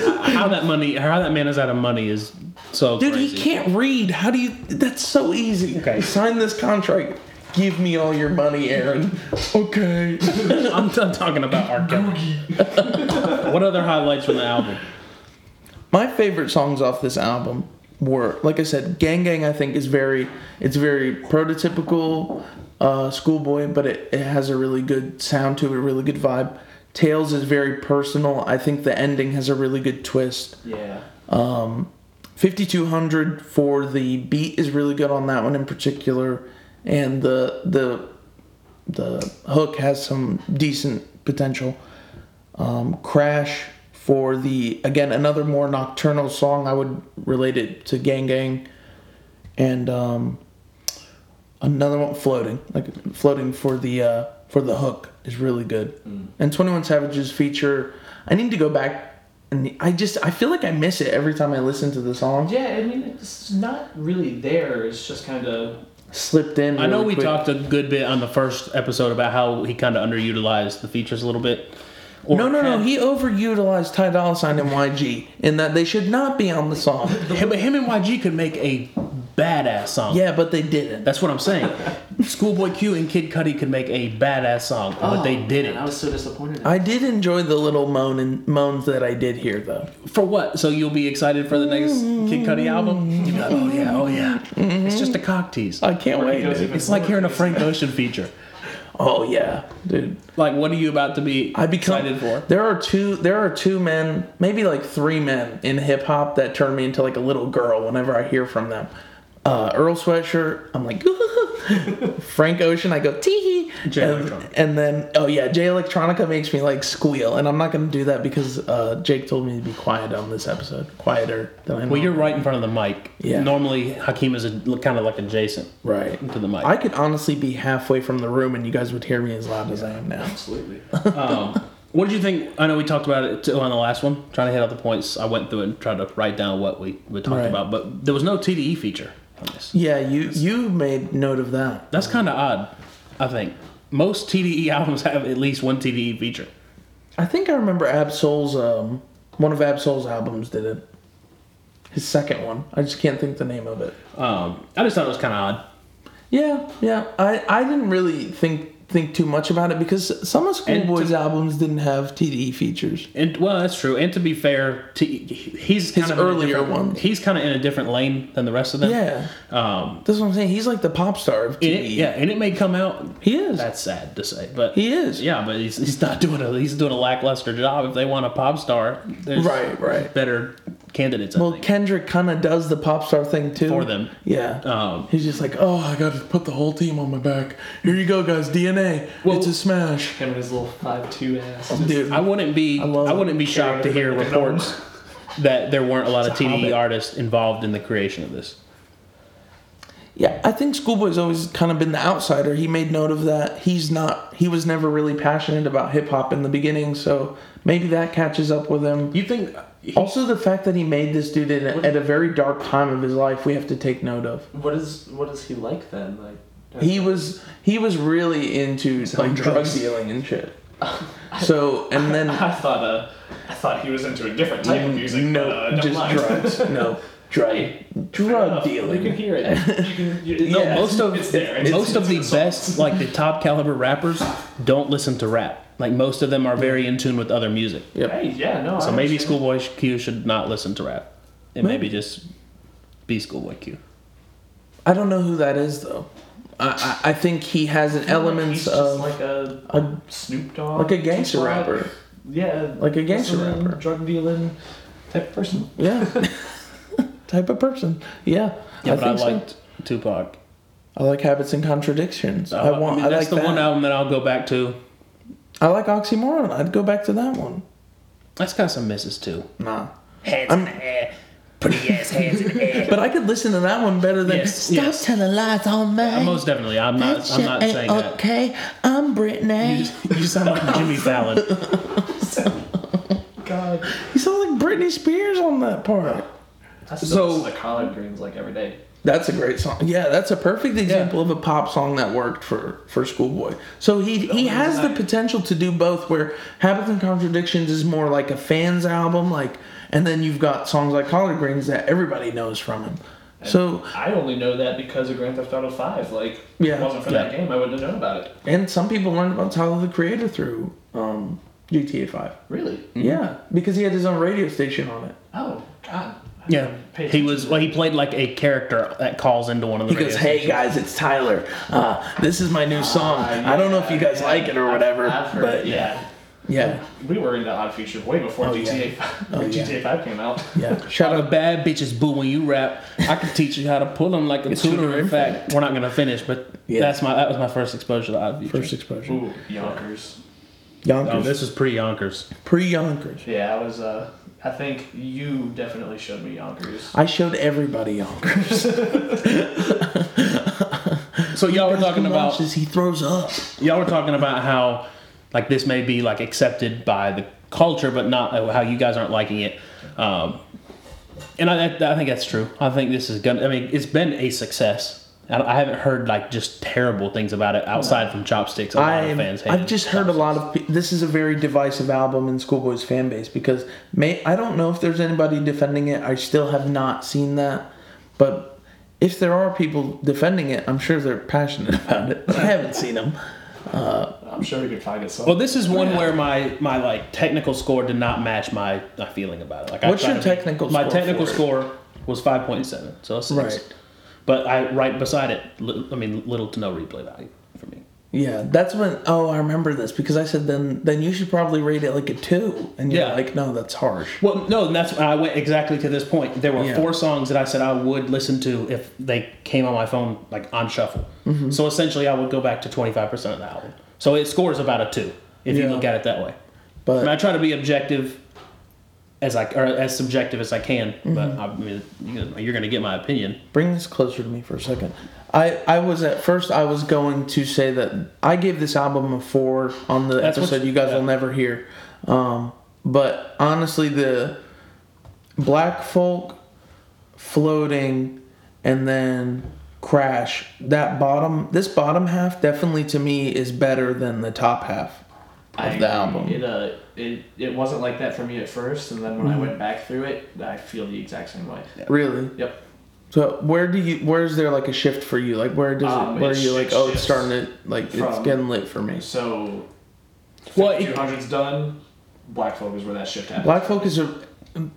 How that money? How that man is out of money is so
Dude,
crazy.
he can't read. How do you? That's so easy.
Okay.
Sign this contract. Give me all your money, Aaron. okay.
I'm done talking about R. Kelly. what other highlights from the album?
my favorite songs off this album were like i said gang gang i think is very it's very prototypical uh, schoolboy but it, it has a really good sound to it a really good vibe tails is very personal i think the ending has a really good twist
Yeah.
5200 for the beat is really good on that one in particular and the the the hook has some decent potential um, crash for the again another more nocturnal song i would relate it to gang gang and um, another one floating like floating for the uh, for the hook is really good
Mm.
and 21 savage's feature i need to go back and i just i feel like i miss it every time i listen to the song
Yeah. I mean, it's not really there. It's just kind of.
slipped in
I know
really
we
quick.
talked a good bit on the first episode about how he kind of underutilized the features a little bit. Or
no no no
had-
he overutilized ty dolla sign and yg in that they should not be on the song
Him, but him and YG could make a badass song.
yeah but they didn't
That's what I'm saying. Schoolboy Q and Kid Cudi could make a badass song,
Oh,
but they didn't.
oh, I was so disappointed.
I did enjoy the little moan and moans that I did hear though.
For what? So you'll be excited for the next Kid Cudi album? You'll be like, oh yeah, oh yeah. It's just a cock tease.
I can't wait.
goes
dude.
even-
It's like hearing a Frank Ocean feature.
Oh yeah, dude.
Like, what are you about to be
I become
excited for?
there are two there are two men, maybe like three men in hip hop that turn me into like a little girl whenever I hear from them. Uh, Earl Sweatshirt, I'm like Frank Ocean, I go tee
Jay
and,
Electronica.
and then oh yeah, Jay Electronica makes me like squeal, and I'm not gonna do that because uh, Jake told me to be quiet on this episode, quieter than I.
Well,
normally
you're right in front of the mic.
Yeah.
Normally, Hakeem is a, kind of like adjacent
right.
to the mic.
I could honestly be halfway from the room, and you guys would hear me as loud as I am now.
Absolutely.
Um, what did you think? I know we talked about it too on the last one, trying to hit all the points. I went through and tried to write down what we, we talked
Right.
about, but there was no TDE feature on this.
Yeah, you you made note of that.
That's kind of odd, I think. Most TDE albums have at least one TDE feature.
I think I remember Absol's um one of Absol's albums did it. His second one. I just can't think the name of it.
Um, I just thought it was kind of odd.
Yeah, yeah. I I didn't really think think too much about it because some of
And
Schoolboy's
to-
albums didn't have TDE features.
And well, that's true. And to be fair, to, he's kind of in a
earlier
different-
ones.
He's kind of in a different lane than the rest of them.
Yeah,
Um.
that's what I'm saying. He's like the pop star of
and
TDE.
it- yeah, and it may come out.
he is.
That's sad to say, but
he is.
Yeah, but he's, he's not doing a he's doing a lackluster job. If they want a pop star, there's
Right, right.
better candidates. I
Well,
think.
Kendrick kind of does the pop star thing too
For them.
Yeah.
Um,
He's just like, oh, I got to put the whole team on my back. Here you go, guys. DNA.
Well-
it's a smash.
Him and his little five two ass. just-
Dude,
I wouldn't be I,
love
wouldn't be shocked to hear
carrying the banana.
reports that there weren't a lot of
It's a hobbit.
TDE artists involved in the creation of this.
yeah, I think Schoolboy's always kind of been the outsider. He made note of that. He's not. He was never really passionate about hip hop in the beginning, so maybe that catches up with him.
You think?
Also, the fact that he made this dude in, at a very dark time of his life, we have to take note of.
What is what is he like then? Like
He was he was really into like drug
drugs.
dealing and shit. So and then
I thought uh, I thought he was into a different type of music.
no,
but, uh, never
just
mind.
drugs. No, drug
Right.
drug
You can
dealing.
hear it. You can, you,
No,
Yeah,
most of
it's there. It's-
most
it's
of the
in the
best, like the top caliber rappers, don't listen to rap. Like most of them are very in tune with other music.
Hey, yeah, no.
So
I
maybe
understand.
Schoolboy Q should not listen to rap, and
Maybe.
maybe, just be Schoolboy Q.
I don't know who that is though. I I, I think he has an elements
He's just
of
like a,
a-
Snoop Dogg,
like a gangster
Tupac.
rapper.
Yeah,
Like a gangster
listening,
rapper.
drug dealing type of person.
Yeah. Type of person. Yeah.
Yeah, but I,
think so.
liked Tupac.
I like habits and contradictions.
Oh, I,
I want. I,
mean, that's
like
the
that.
one album that I'll go back to.
I like oxymoron. I'd go back to that one.
That's got some misses too.
Nah.
Hands
I'm-
in the air. Pretty ass hands in the air.
But I could listen to that one better than.
Yes,
Stop
yes.
telling lies on me.
Uh, Most definitely. I'm
that
not.
shit
I'm not
ain't
saying that.
okay. I'm Britney.
You sound like Jimmy Fallon.
God,
He sounds like Britney Spears on that part.
I still
So-
listen to collard greens like every day.
That's a great song. Yeah, that's a perfect example of a pop song that worked for for Schoolboy. So he he has the potential to do both. Where Habits and Contradictions is more like a fans album, like, and then you've got songs like Collard Greens that everybody knows from him. So
I only know that because of Grand Theft Auto Five. Like, if
Yeah.
it wasn't for that
Yeah.
game, I wouldn't have known about it.
and some people learned about Tyler the Creator through um, GTA Five.
Really?
Yeah, because he had his own radio station on it.
Oh God.
Yeah, he was. Well, he played like a character that calls into one of the.
He goes,
radio
"Hey
stations.
guys, it's Tyler. Uh, this is my new song. I don't know if you guys like it or whatever,
I've heard,
but
yeah.
yeah,
We were into Odd Future way before
Oh,
GTA,
yeah.
5,
Oh, yeah.
GTA 5 came out.
yeah."
Shout out bad bitches boo when you rap. I can teach you how to pull them like a tutor. In fact, we're not gonna finish, but
Yeah.
that's my that was my first exposure to Odd Future.
First exposure.
Ooh, Yonkers.
Oh,
Yonkers.
this is pre Yonkers.
Pre Yonkers.
Yeah, I was, uh, I think you definitely showed me Yonkers.
I showed everybody Yonkers.
So y'all were talking about
He throws up.
y'all were talking about how like this may be like accepted by the culture but not uh, how you guys aren't liking it um, and I, I think that's true i think this is gonna i mean it's been a success i, I haven't heard like just terrible things about it outside from chopsticks a lot
I,
of fans hate
I've
it.
just heard a lot of. pe- This is a very divisive album in Schoolboy's fan base because may, I don't know if there's anybody defending it. I still have not seen that, but if there are people defending it, I'm sure they're passionate about it. But I haven't seen them.
I'm sure we could find it
well
somewhere.
this is one where my my like technical score did not match my, my feeling about it like I
What's
tried
your
to be-
technical
my
score
technical
for it?
score was 5.7 so it's
Right.
but i right beside it li- i mean little to no replay value for me
Yeah, that's when. Oh, I remember this because I said then. Then you should probably rate it like a two, and you're
Yeah.
like, no, that's harsh.
Well, no, and that's I went exactly to this point. There were
Yeah.
four songs that I said I would listen to if they came on my phone like on shuffle.
Mm-hmm.
So essentially, I would go back to twenty five percent of the album. So it scores about a two if you
Yeah.
look at it that way. I, mean, I
But
try to be objective as I or as subjective as I can, but I mean, you- you're going to get my opinion.
bring this closer to me for a second. I I was at first I was going to say that I gave this album a four on the
That's what
episode
you-
you guys
yeah.
will never hear. Um, but honestly, the Black Folk, Floating, and then Crash. That bottom, this bottom half, definitely to me is better than the top half
I
of the album.
It, uh, it, it wasn't
Mm-hmm.
like that for me at first, and then when I went back through it, I feel the exact same way.
Really.
Yep.
So where do you? Where's there like a shift for you? Like where does
Um,
it? Where are
it's-
you like?
it
Oh, it's
shifts
starting to like it's
from-
getting lit for me.
So
Well,
two
it,
hundred's done. Black Folk is where that shift happens.
Black Folk is a.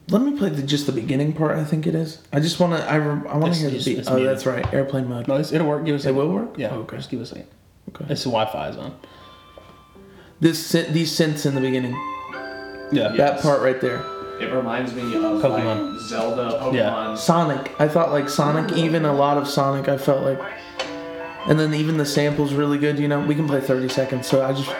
Let me play the just the beginning part. I think it is. I just want to. I, rem- I want
It's-
to hear the
it's-
beat.
it's
Oh,
muted.
that's right. Airplane mode.
no, it's, it'll work. Oh, Give us
It
a
will work. Oh.
yeah.
okay.
Just give us a second.
Okay.
It's the Wi-Fi is on.
This syn- these synths in the beginning.
Yeah.
Yeah.
That
Yes.
part right there.
It reminds me of
Pokemon.
like Zelda, Pokemon.
Yeah.
Sonic. I thought like Sonic. Even a lot of Sonic. I felt like. And then even the sample's really good. You know, we can play 30 seconds. So I just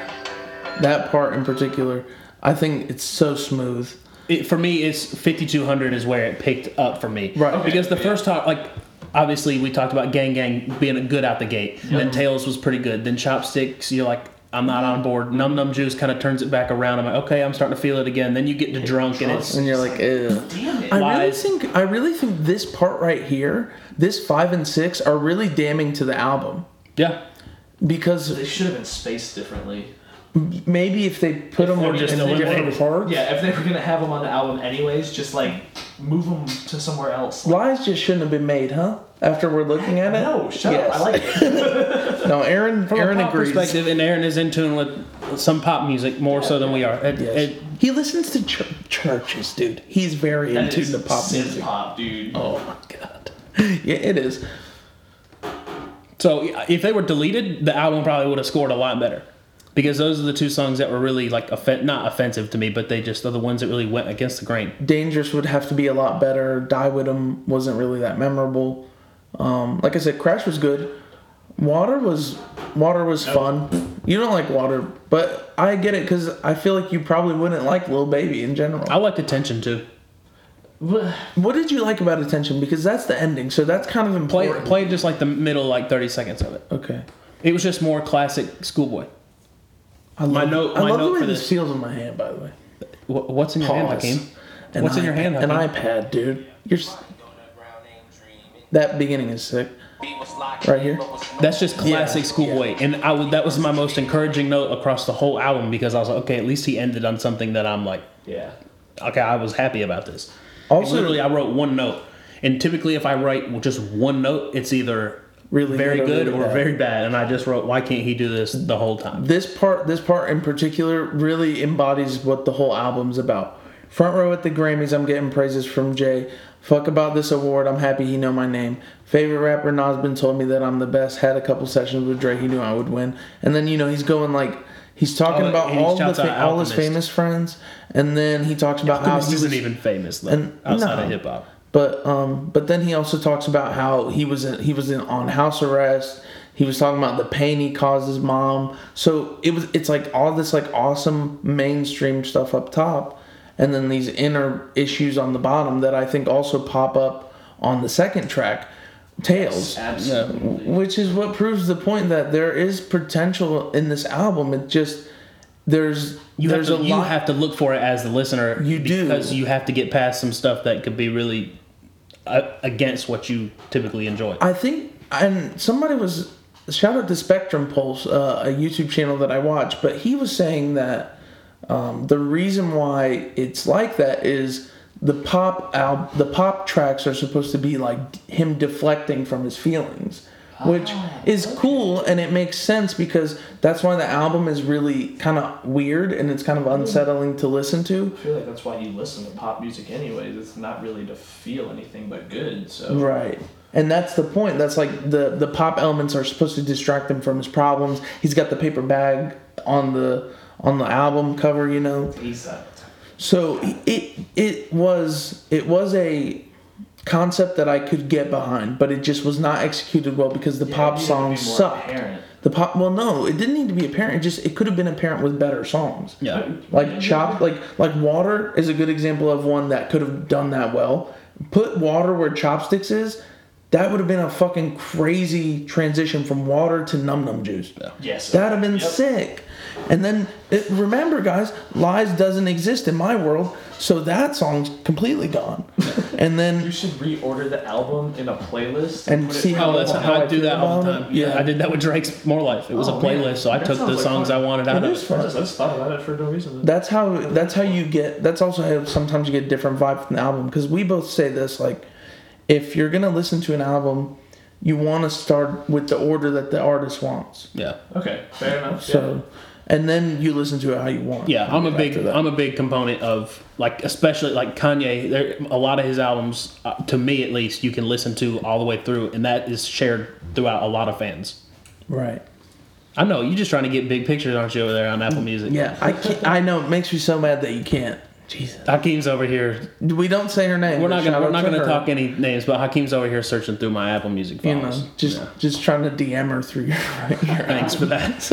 that part in particular. I think it's so smooth.
It, for me, it's 5200 is where it picked up for me.
Right. Okay.
Because the first time, like, obviously we talked about Gang Gang being good out the gate. Then Tails was pretty good. Then Chopsticks, you're like, I'm not on board. Num Num Juice kind of turns it back around. I'm like, okay, I'm starting to feel it again. Then you get to drunk and it's
And you're like, Ew.
Damn it.
I really
Lies.
think I really think this part right here, this five and six, are really damning to the album
yeah.
because
They should have been spaced differently.
maybe if they put them
they
in
were just
a different
eliminated.
part,
Yeah, if they were gonna have them on the album anyways, just like move them to somewhere else.
lies just shouldn't have been made, huh? After we're looking at it,
No, shut
Yes.
up. I like it.
no, Aaron,
From
Aaron
a pop
agrees.
perspective, and Aaron is in tune with some pop music more so than we are. It-
Yes.
it-
he listens to chur churches, dude. He's very
That
into
is
the pop
synth
music.
pop, dude.
Oh my god, yeah, it is.
so if they were deleted, the album probably would have scored a lot better. Because those are the two songs that were really like offen- not offensive to me, but they just are the ones that really went against the grain.
Dangerous would have to be a lot better. Die with 'Em wasn't really that memorable. Um, like I said, Crash was good. Water was water was fun. You don't like water, but I get it because I feel like you probably wouldn't like Lil Baby in general.
I liked Attention too.
What did you like about Attention? Because that's the ending, so that's kind of
Play
important.
played just like the middle like thirty seconds of it.
Okay.
It was just more classic Schoolboy.
I love,
note-
I
my
love
note
the way
for
this.
this-
feels in my hand, by the way.
Wh- What's in your hand,
Pause.
Hakeem?
An
What's in your hand,
iPad- An
Hakeem?
iPad, dude. You're, s- that beginning is sick.
Right here.
That's just classic
Yeah,
Schoolboy, and I would that was my most encouraging note across the whole album because I was like, okay, at least he ended on something that I'm like,
Yeah.
okay, I was happy about this.
Also-
Also, literally, I wrote one note, and typically, if I write just one note, it's either
Really
very
good or
good,
really
or
bad.
very bad. And I just wrote, why can't he do this the whole time?
this part this part in particular really embodies what the whole album's about front row at the grammys i'm getting praises from jay fuck about this award i'm happy he know my name favorite rapper nosbin told me that i'm the best had a couple sessions with drake he knew i would win and then you know he's going like he's talking
Oh,
about
and he
all the
shouts
fa-
out
all his
Alchemist.
famous friends and then he talks about how
This
he
isn't
was-
even famous though,
and-
outside
no.
of hip hop.
but um, but then he also talks about how he was in, he was in, on house arrest. He was talking about the pain he caused his mom. So it was it's like all this like awesome mainstream stuff up top, and then these inner issues on the bottom that I think also pop up on the second track, Tales,
Absolutely.
which is what proves the point that there is potential in this album. It just there's
You have,
there's
to,
a
you
lot
have to look for it as the listener.
You do.
because you have to get past some stuff that could be really uh, against what you typically enjoy.
I think, and somebody was shout out to Spectrum Pulse, uh, a YouTube channel that I watch, but he was saying that um, the reason why it's like that is the pop al- the pop tracks are supposed to be like d- him deflecting from his feelings. Which is cool and it makes sense because that's why the album is really kind of weird and it's kind of unsettling to listen to.
I feel like that's why you listen to pop music anyways. It's not really to feel anything but good. So
Right. And that's the point. That's like the the pop elements are supposed to distract him from his problems. He's got the paper bag on the on the album cover, you know.
he's a
So it it was it was a concept that I could get behind, but it just was not executed well because the
it
pop
needed to
songs
be more
sucked.
apparent.
The pop well no, it didn't need to be apparent. It just it could have been apparent with better songs.
yeah,
Like chop, like like water is a good example of one that could have done that well. Put water where chopsticks is, that would have been a fucking crazy transition from water to num num juice.
Yes.
That'd have been
Yep.
sick. And then it, remember, guys, lies doesn't exist in my world, so that song's completely gone. and
You
then
should reorder the album in a playlist
And
put it
see
in
how
Oh,
a-
that's how I do
feel
that all the
about it.
time. Yeah.
Yeah.
I did that with Drake's More Life. It was
Oh,
a
man.
playlist, so I
That
took the
sounds like
songs
fun.
I wanted out
It
of
is
it.
fun.
I just, I just thought about it for no reason.
that's how that's how you get. That's also how sometimes you get different vibe from the album because we both say this like. if you're gonna listen to an album, you want to start with the order that the artist wants.
Yeah.
Okay, fair enough.
So, and then you listen to it how you want.
Yeah, I'm a big
After that.
I'm a big component of like especially like Kanye. There a lot of his albums, uh, to me at least, you can listen to all the way through, and that is shared throughout a lot of fans.
Right.
I know you're just trying to get big pictures, aren't you, over there on Apple Music?
Mm, Yeah, I can't, I know it makes me so mad that you can't. Jesus.
Hakeem's over here.
We don't say her name.
We're
but
not gonna
shout
we're
out
not
to
gonna
her.
talk any names, but Hakeem's over here searching through my Apple Music
You
files.
know, just just trying to DM her through your. your
Thanks for that.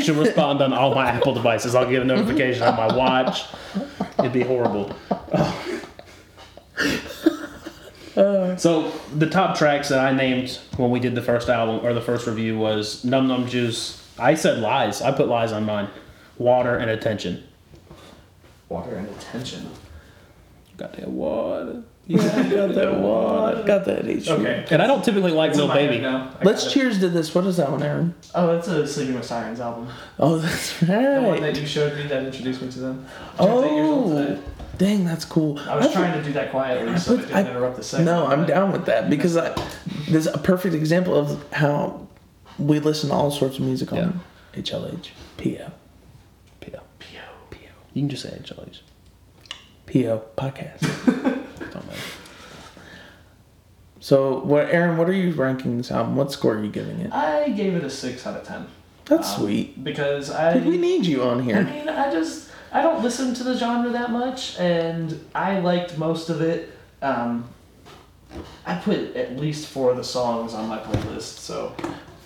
Should respond on all my Apple devices. I'll get a notification on my watch. It'd be horrible. so the top tracks that I named when we did the first album or the first review was Num Num Juice. I said lies. I put lies on mine. Water and attention.
Water and attention.
Got that water.
got that one. Got that H.
Okay.
And I don't typically like
It's in
Lil
my
Baby.
head now. I
Let's
got it.
cheers to this. What is that one, Aaron?
Oh, that's a Sleeping with Sirens album.
Oh, that's
The one
right.
that you showed me that introduced me to them. Turns eight years old
Oh,
today.
dang, that's cool.
I was trying to do that quietly so I
put-
didn't
I-
interrupt the segment.
No, I'm
but-
down with that because I, there's a perfect example of how we listen to all sorts of music
Yeah.
on HLH, PO,
P.O. You can just say HLH.
PO podcast.
Don't matter.
so, what, Aaron? What are you ranking this album? What score are you giving it?
I gave it a six out of ten.
That's
Um,
sweet.
Because I.
Did we need you on
I
here?
mean, I just I don't listen to the genre that much, and I liked most of it. Um, I put at least four of the songs on my playlist, so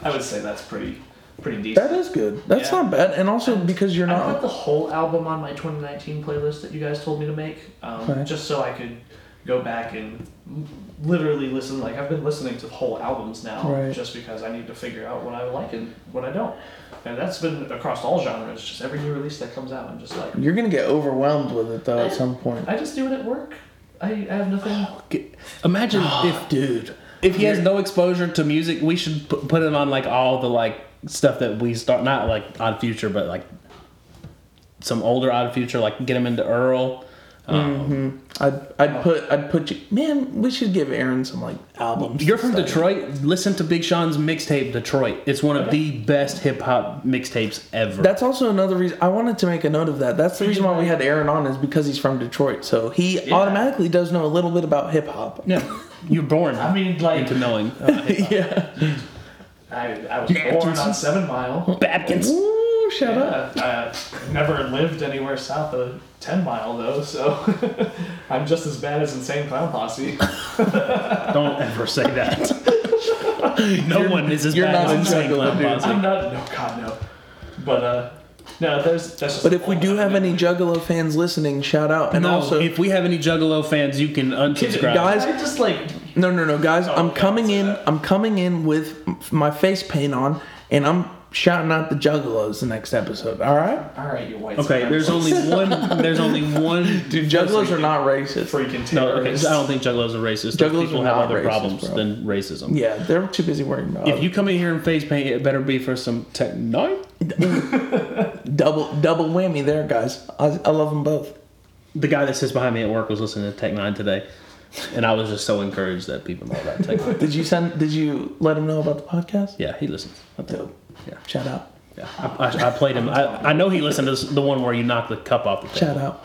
I would say that's pretty pretty decent.
That is good. That's
Yeah.
not bad. And also because you're
I put
not.
the whole album on my 2019 playlist that you guys told me to make, um,
Okay.
just so I could go back and l- literally listen. Like I've been listening to whole albums now,
Right.
just because I need to figure out what I like and what I don't. And that's been across all genres. Just every new release that comes out, I'm just like,
You're gonna get overwhelmed with it though at some point.
I just do it at work. I, I have nothing.
Get- Imagine if
Dude,
if he has no exposure to music, we should pu- put him on like all the like stuff that we start not like Odd Future, but like some older Odd Future, like get him into Earl. Um,
I'd I'd put I'd put you. Man, we should give Aaron some like albums.
You're from
to study.
Detroit. Listen to Big Sean's mixtape Detroit. It's one of the best hip hop mixtapes ever.
That's also another reason I wanted to make a note of that. That's the reason why we had Aaron on is because he's from Detroit, so he automatically does know a little bit about hip hop.
yeah, you're born
I mean, like
into knowing. Uh,
yeah.
I, I was born on Seven Mile.
Babkins.
Ooh, shut up.
Yeah, I never lived anywhere south of Ten Mile though, so I'm just as bad as Insane Clown Posse.
Don't ever say that. no one is as
you're
bad
not
as
a
Insane
juggler,
Clown
dude.
Posse.
I'm not. No, God, no. But uh, no, there's that's just.
But if we do have any Juggalo fans listening, shout out. And
No,
also,
if we have any Juggalo fans, you can unsubscribe.
Guys-
I just like
no, no, no, guys, I'm
okay,
coming
I'll say
in.
that.
I'm coming in with m- my face paint on, and I'm shouting out the Juggalos the next episode. All right,
all right, you white.
Okay, there's
supremacists.
only one. There's only one.
dude, Juggalos are not racist.
freaking
No, okay,
terrorists.
so I don't think juggalos are racist.
Juggalos
Those people
are
have
not
other
racist,
problems
bro.
than racism.
Yeah, they're too busy worrying about
If you come in here and face paint, it better be for some tech. No,
double double whammy there, guys. I, I love them both.
the guy that sits behind me at work was listening to Tech Nine today, and I was just so encouraged that people know about Tech Nine.
Did you send? Did you let him know about the podcast?
Yeah, he listens.
Dope.
Yeah.
Shout out.
Yeah, I, I, I played him. I, I know he listened to the one where you knock the cup off the table.
Shout out.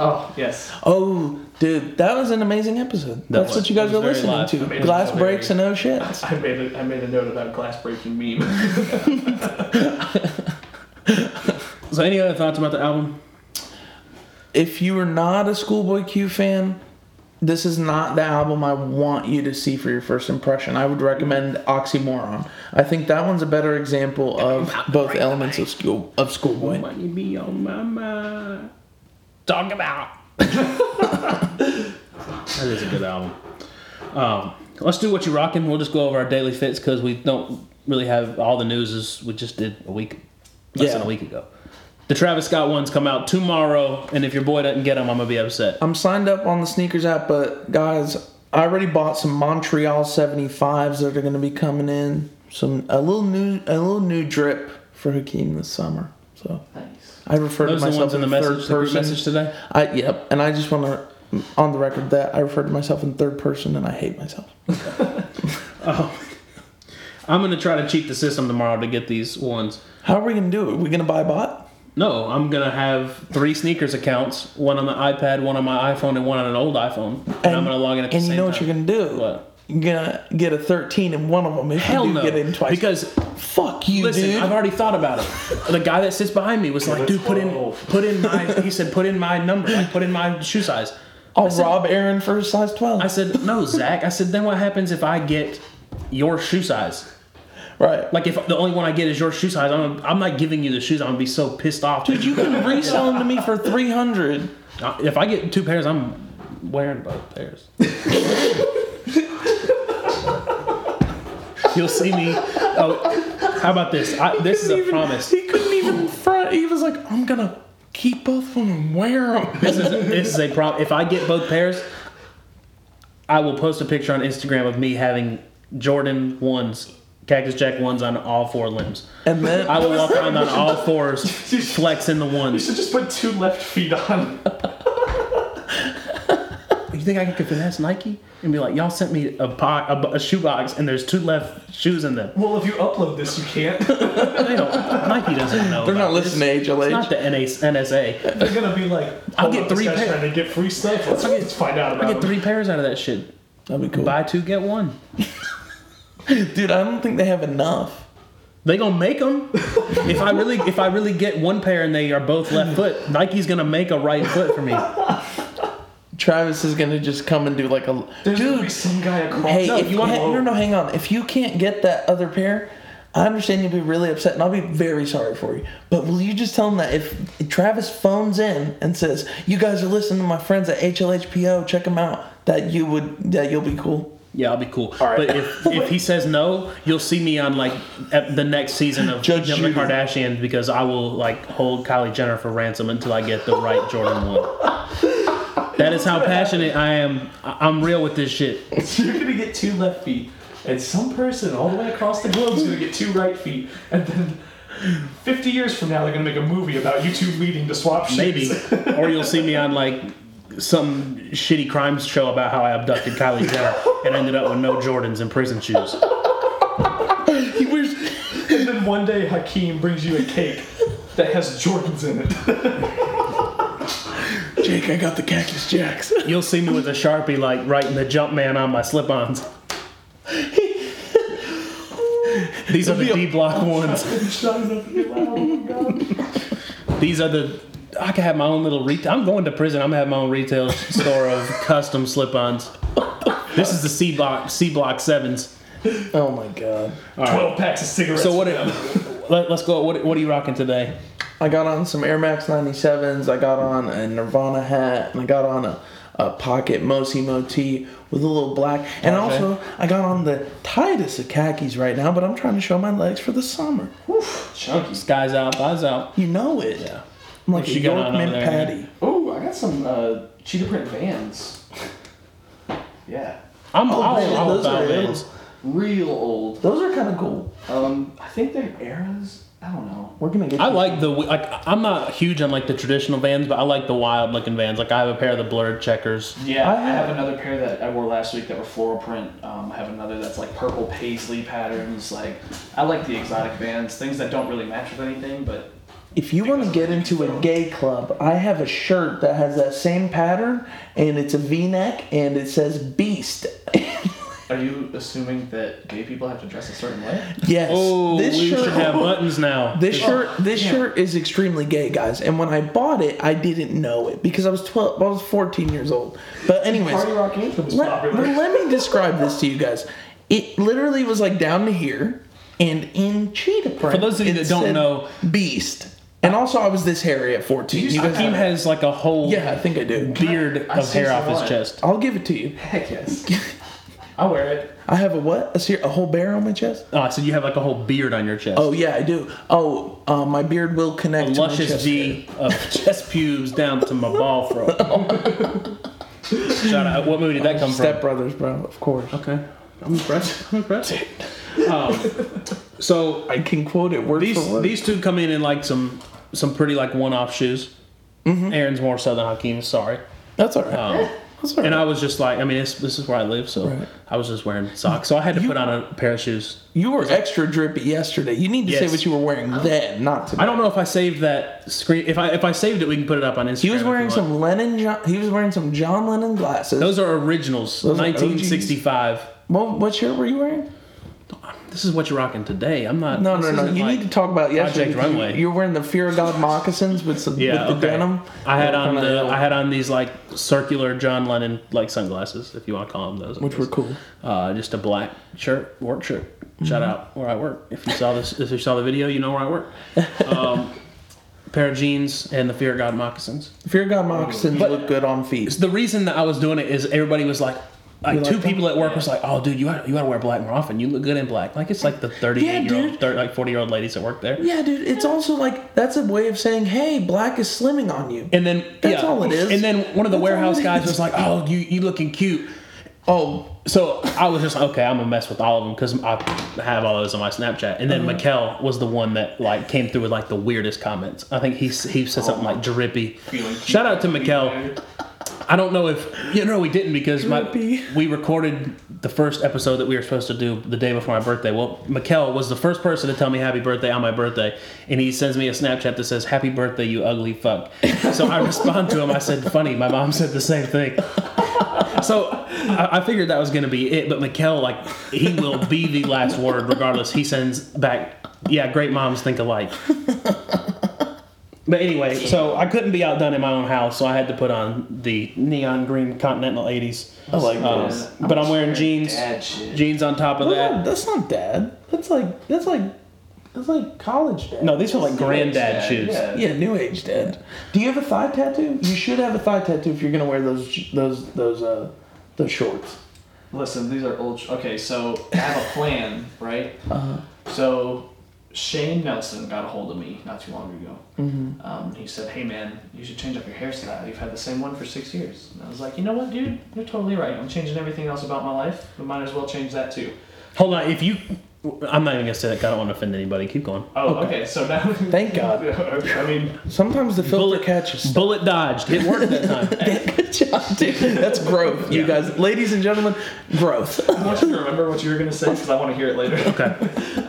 Oh yes.
Oh, dude, that was an amazing episode. That's
was.
what you guys
It
were
was very
listening
live.
to.
I
mean, it
Glass
was
breaks and oh shit.
I made a, I made a note about glass breaking meme.
So, any other thoughts about the album?
If you are not a Schoolboy Q fan, this is not the album I want you to see for your first impression. I would recommend Oxymoron. I think that one's a better example of both elements of school of Schoolboy.
Money be on my mind. Talk about. that is a good album. Um, let's do what you rocking. We'll just go over our daily fits because we don't really have all the news. Is we just did a week, less than
Yeah.
a week ago. The Travis Scott ones come out tomorrow, and if your boy doesn't get them, I'm gonna be upset.
I'm signed up on the sneakers app, but guys, I already bought some Montreal 75s that are going to be coming in. Some a little new a little new drip for Hakeem this summer. So
nice.
I refer
Those
to
are the
myself
ones in the message,
third
the group
person.
message today.
I yep, and I just want to on the record that I refer to myself in third person and I hate myself.
I'm gonna try to cheat the system tomorrow to get these ones.
How are we gonna do it? Are we gonna buy a bot?
No, I'm gonna have three sneakers accounts: one on the iPad, one on my iPhone, and one on an old iPhone. And, I'm gonna log in at the
And
same
you know what
time.
you're gonna do?
What?
You're gonna get a 13 in one of them if
Hell
you do
no!
get in twice.
Because
fuck you,
Listen,
dude.
I've already thought about it. The guy that sits behind me was like,
that's
"Dude, put in,
horrible."
put in my." He said, "Put in my number. Like, put in my shoe size."
I'll rob Aaron for his size 12.
I said, "No, Zach." I said, "Then what happens if I get your shoe size?
right.
Like, if the only one I get is your shoe size, I'm, I'm not giving you the shoes. I'm gonna be so pissed off.
Dude, you can resell them to me for 300.
Uh, If I get two pairs, I'm wearing both pairs. You'll see me. Oh, how about this? I, this is a
Even-
promise.
He couldn't even front. He was like, I'm gonna keep both of them and wear them.
This is, this is a problem. If I get both pairs, I will post a picture on Instagram of me having Jordan ones, Cactus Jack ones on all four limbs.
And then
I will walk around on all fours, flexing the
You
ones.
should just put two left feet on.
You think I could finesse Nike and be like, y'all sent me a, po- a, bo- a shoe box and there's two left shoes in them?
Well, if you upload this, you can't.
They don't, Nike doesn't know.
they're
about
not
this.
listening to HLH.
It's not the NSA.
They're gonna be like,
I'll
hold
get
up, this
three
guy's
pair.
trying to get free stuff. Let's, let's find out about
I get three pairs out of that shit.
That'd be cool.
Buy two, get one.
Dude, I don't think they have enough.
They gonna make them. if I really, if I really get one pair and they are both left foot, Nike's gonna make a right foot for me.
Travis is gonna just come and do like a
There's gonna be
dude.
some guy across.
Hey,
No,
if you want,
won't.
no, no, hang on. If you can't get that other pair, I understand you'd be really upset, and I'll be very sorry for you. But will you just tell him that if Travis phones in and says, "You guys are listening to my friends at HLHPO, check them out," that you would, that you'll be cool.
Yeah, I'll be cool. But if if he says no, you'll see me on like at the next season of
Judge
Judge the
Judy.
Kardashians because I will like hold Kylie Jenner for ransom until I get the right Jordan one. That is how passionate I am. I- I'm real with this shit.
You're gonna get two left feet, and some person all the way across the globe is gonna get two right feet, and then. 50 years from now, they're gonna make a movie about you two meeting to swap shoes.
Maybe. or you'll see me on like some shitty crimes show about how I abducted Kylie Jenner and ended up with no Jordans and prison shoes.
He wears.
and then one day, Hakeem brings you a cake that has Jordans in it.
Jake, I got the cactus jacks.
You'll see me with a sharpie like writing the jump man on my slip-ons. These are the D block ones.
oh
These are the. I could have my own little retail. I'm going to prison. I'm gonna have my own retail store of custom slip-ons. This is the C block C block sevens.
Oh my god!
12 packs of cigarettes.
So what?
for them.
Let, let's go. What, what are you rocking today?
I got on some Air Max 97s. I got on a Nirvana hat, and I got on a, a pocket Mosi Moti with a little black. And also, I got on the tightest of khakis right now, but I'm trying to show my legs for the summer.
Chunky.
Sky's out, eyes out.
You know it. Yeah. I'm like
What
a
you got
York
on over
Mint
there,
Patty.
man?
Oh, I got some uh, cheetah print vans. Yeah.
I'm all,
Oh, man,
all
those
about
are
it.
those.
Real old.
Those are kind of cool.
Um, I think they're eras. I don't know.
We're gonna get.
I
you-
like the like. I'm not huge on like the traditional vans, but I like the wild looking vans. Like I have a pair of the blurred checkers.
Yeah,
I
I have, another pair that I wore last week that were floral print. Um, I have another that's like purple paisley patterns. Like, I like the exotic bands, things that don't really match with anything, but
If you want to get into a gay club, I have a shirt that has that same pattern, and it's a V-neck, and it says Beast.
are you assuming that gay people have to dress a certain way?
yes.
Oh, we should have buttons now.
This shirt, this shirt is extremely gay, guys. And when I bought it, I didn't know it because I was twelve. I was fourteen years old. But anyways,
Party Rock Anthem was
let,
popular.
but let me describe this to you guys. It literally was like down to here, and in cheetah print.
For those of you
it
that don't
said
know-
beast. And also, I was this hairy at fourteen. You guys-
Hakeem has like a whole
yeah, I think I do.
beard
I
of
see
hair off
some
his
line.
chest.
I'll give it to you.
Heck yes. I wear it.
I have a what? A, ser- a whole bear on my chest?
Oh, so you have like a whole beard on your chest.
Oh yeah, I do. Oh, uh, my beard will
a
connect. to my
luscious
chest
V of chest pubes down to my ball throat. Shout out. What movie did that
hair.
come from?
Step Brothers, bro. Of course.
Okay. I'm impressed. I'm impressed. Um, so
I can quote it word for
these
word.
these two
Mm-hmm.
come in in like some some pretty like one off shoes. Aaron's more so than Hakeem. Sorry.
That's all right.
Um,
That's all right.
and I was just like, I mean, it's, this is where I live, so
Oh. Right.
I was just wearing socks. So I had to
You-
put on a pair of shoes.
you were extra drippy yesterday. You need to say
Yes. Oh.
what you were wearing then, not today.
I don't know if I saved that screen. If I if I saved it, we can put it up on Instagram.
He was
if you
wearing
want.
some Lennon. John, he was wearing some John Lennon glasses.
Those are originals,
Those are
1965.
what, what shirt were you wearing?
This is what you're rocking today. I'm not.
No, no,
this
no.
isn't
You
like-
need to talk about yesterday.
Project
You-
Runway.
You, were wearing the Fear of God moccasins with, some, with
Yeah,
the
okay.
denim.
I had
They were
on
kinda
the
ill,
I had on these like circular John Lennon like sunglasses, if you want to call them those.
which were cool. Mm-hmm.
Uh, just a black shirt, work shirt. Shout out where I work. If you saw this, if you saw the video, you know where I work. Um, pair of jeans and the Fear of God moccasins.
Fear of God moccasins
But-
look good on feet.
The reason that I was doing it is everybody was like. Like two people at work was like, "Oh, dude, you gotta, you gotta wear black more often. You look good in black." Like it's like the thirty eight year
dude.
old, thir like forty year old ladies that work there.
Yeah, dude. It's also like that's a way of saying, hey, black is slimming on you.
And then
That's
yeah.
all it is.
And then one of
That's
the
all
warehouse
it
guys
is.
was like, "Oh, you you looking cute."
oh,
So I was just like, okay, I'm gonna mess with all of them because I have all those on my Snapchat. And then Mikkel was the one that like came through with like the weirdest comments. I think he s- he said something like drippy.
Feeling cute.
Shout out to Mikkel. I don't know if you know we didn't because my,
Drippy.
we recorded the first episode that we were supposed to do the day before my birthday. Well, Mikkel was the first person to tell me happy birthday on my birthday, and he sends me a Snapchat that says happy birthday you ugly fuck. So I respond to him. I said funny. My mom said the same thing. So I, I figured that was going to be it, but Mikkel, like, he will be the last word regardless. He sends back, yeah, great moms think alike. But anyway, so I couldn't be outdone in my own house, so I had to put on the neon green Continental 80s.
I like
Um,
this.
but I'm wearing jeans,
Dad shit.
jeans on top of
Well,
that.
that's not dad. That's like that's like that's like college dad.
No, these are like granddad
Dad,
shoes.
yeah.
Yeah, new age dad. Do you have a thigh tattoo? You should have a thigh tattoo if you're gonna wear those those those uh those shorts.
Listen, these are old. Sh- okay, so I have a plan, right?
Uh-huh.
So Shane Nelson got a hold of me not too long ago. Mm-hmm. Um, he said, "Hey man, you should change up your hairstyle. You've had the same one for six years." And I was like, "You know what, dude? You're totally right. I'm changing everything else about my life. We might as well change that too."
Hold on, if you. I'm not even gonna say that 'cause I don't want to offend anybody. Keep going.
Oh, okay. so now.
Thank God.
I mean,
Sometimes the filter
Bullet-
catches.
Bullet dodged. It worked that time.
Good job, dude. That's growth, you
Yeah.
guys, ladies and gentlemen. Growth.
I want you to remember what you were gonna say because I want to hear it later.
Okay.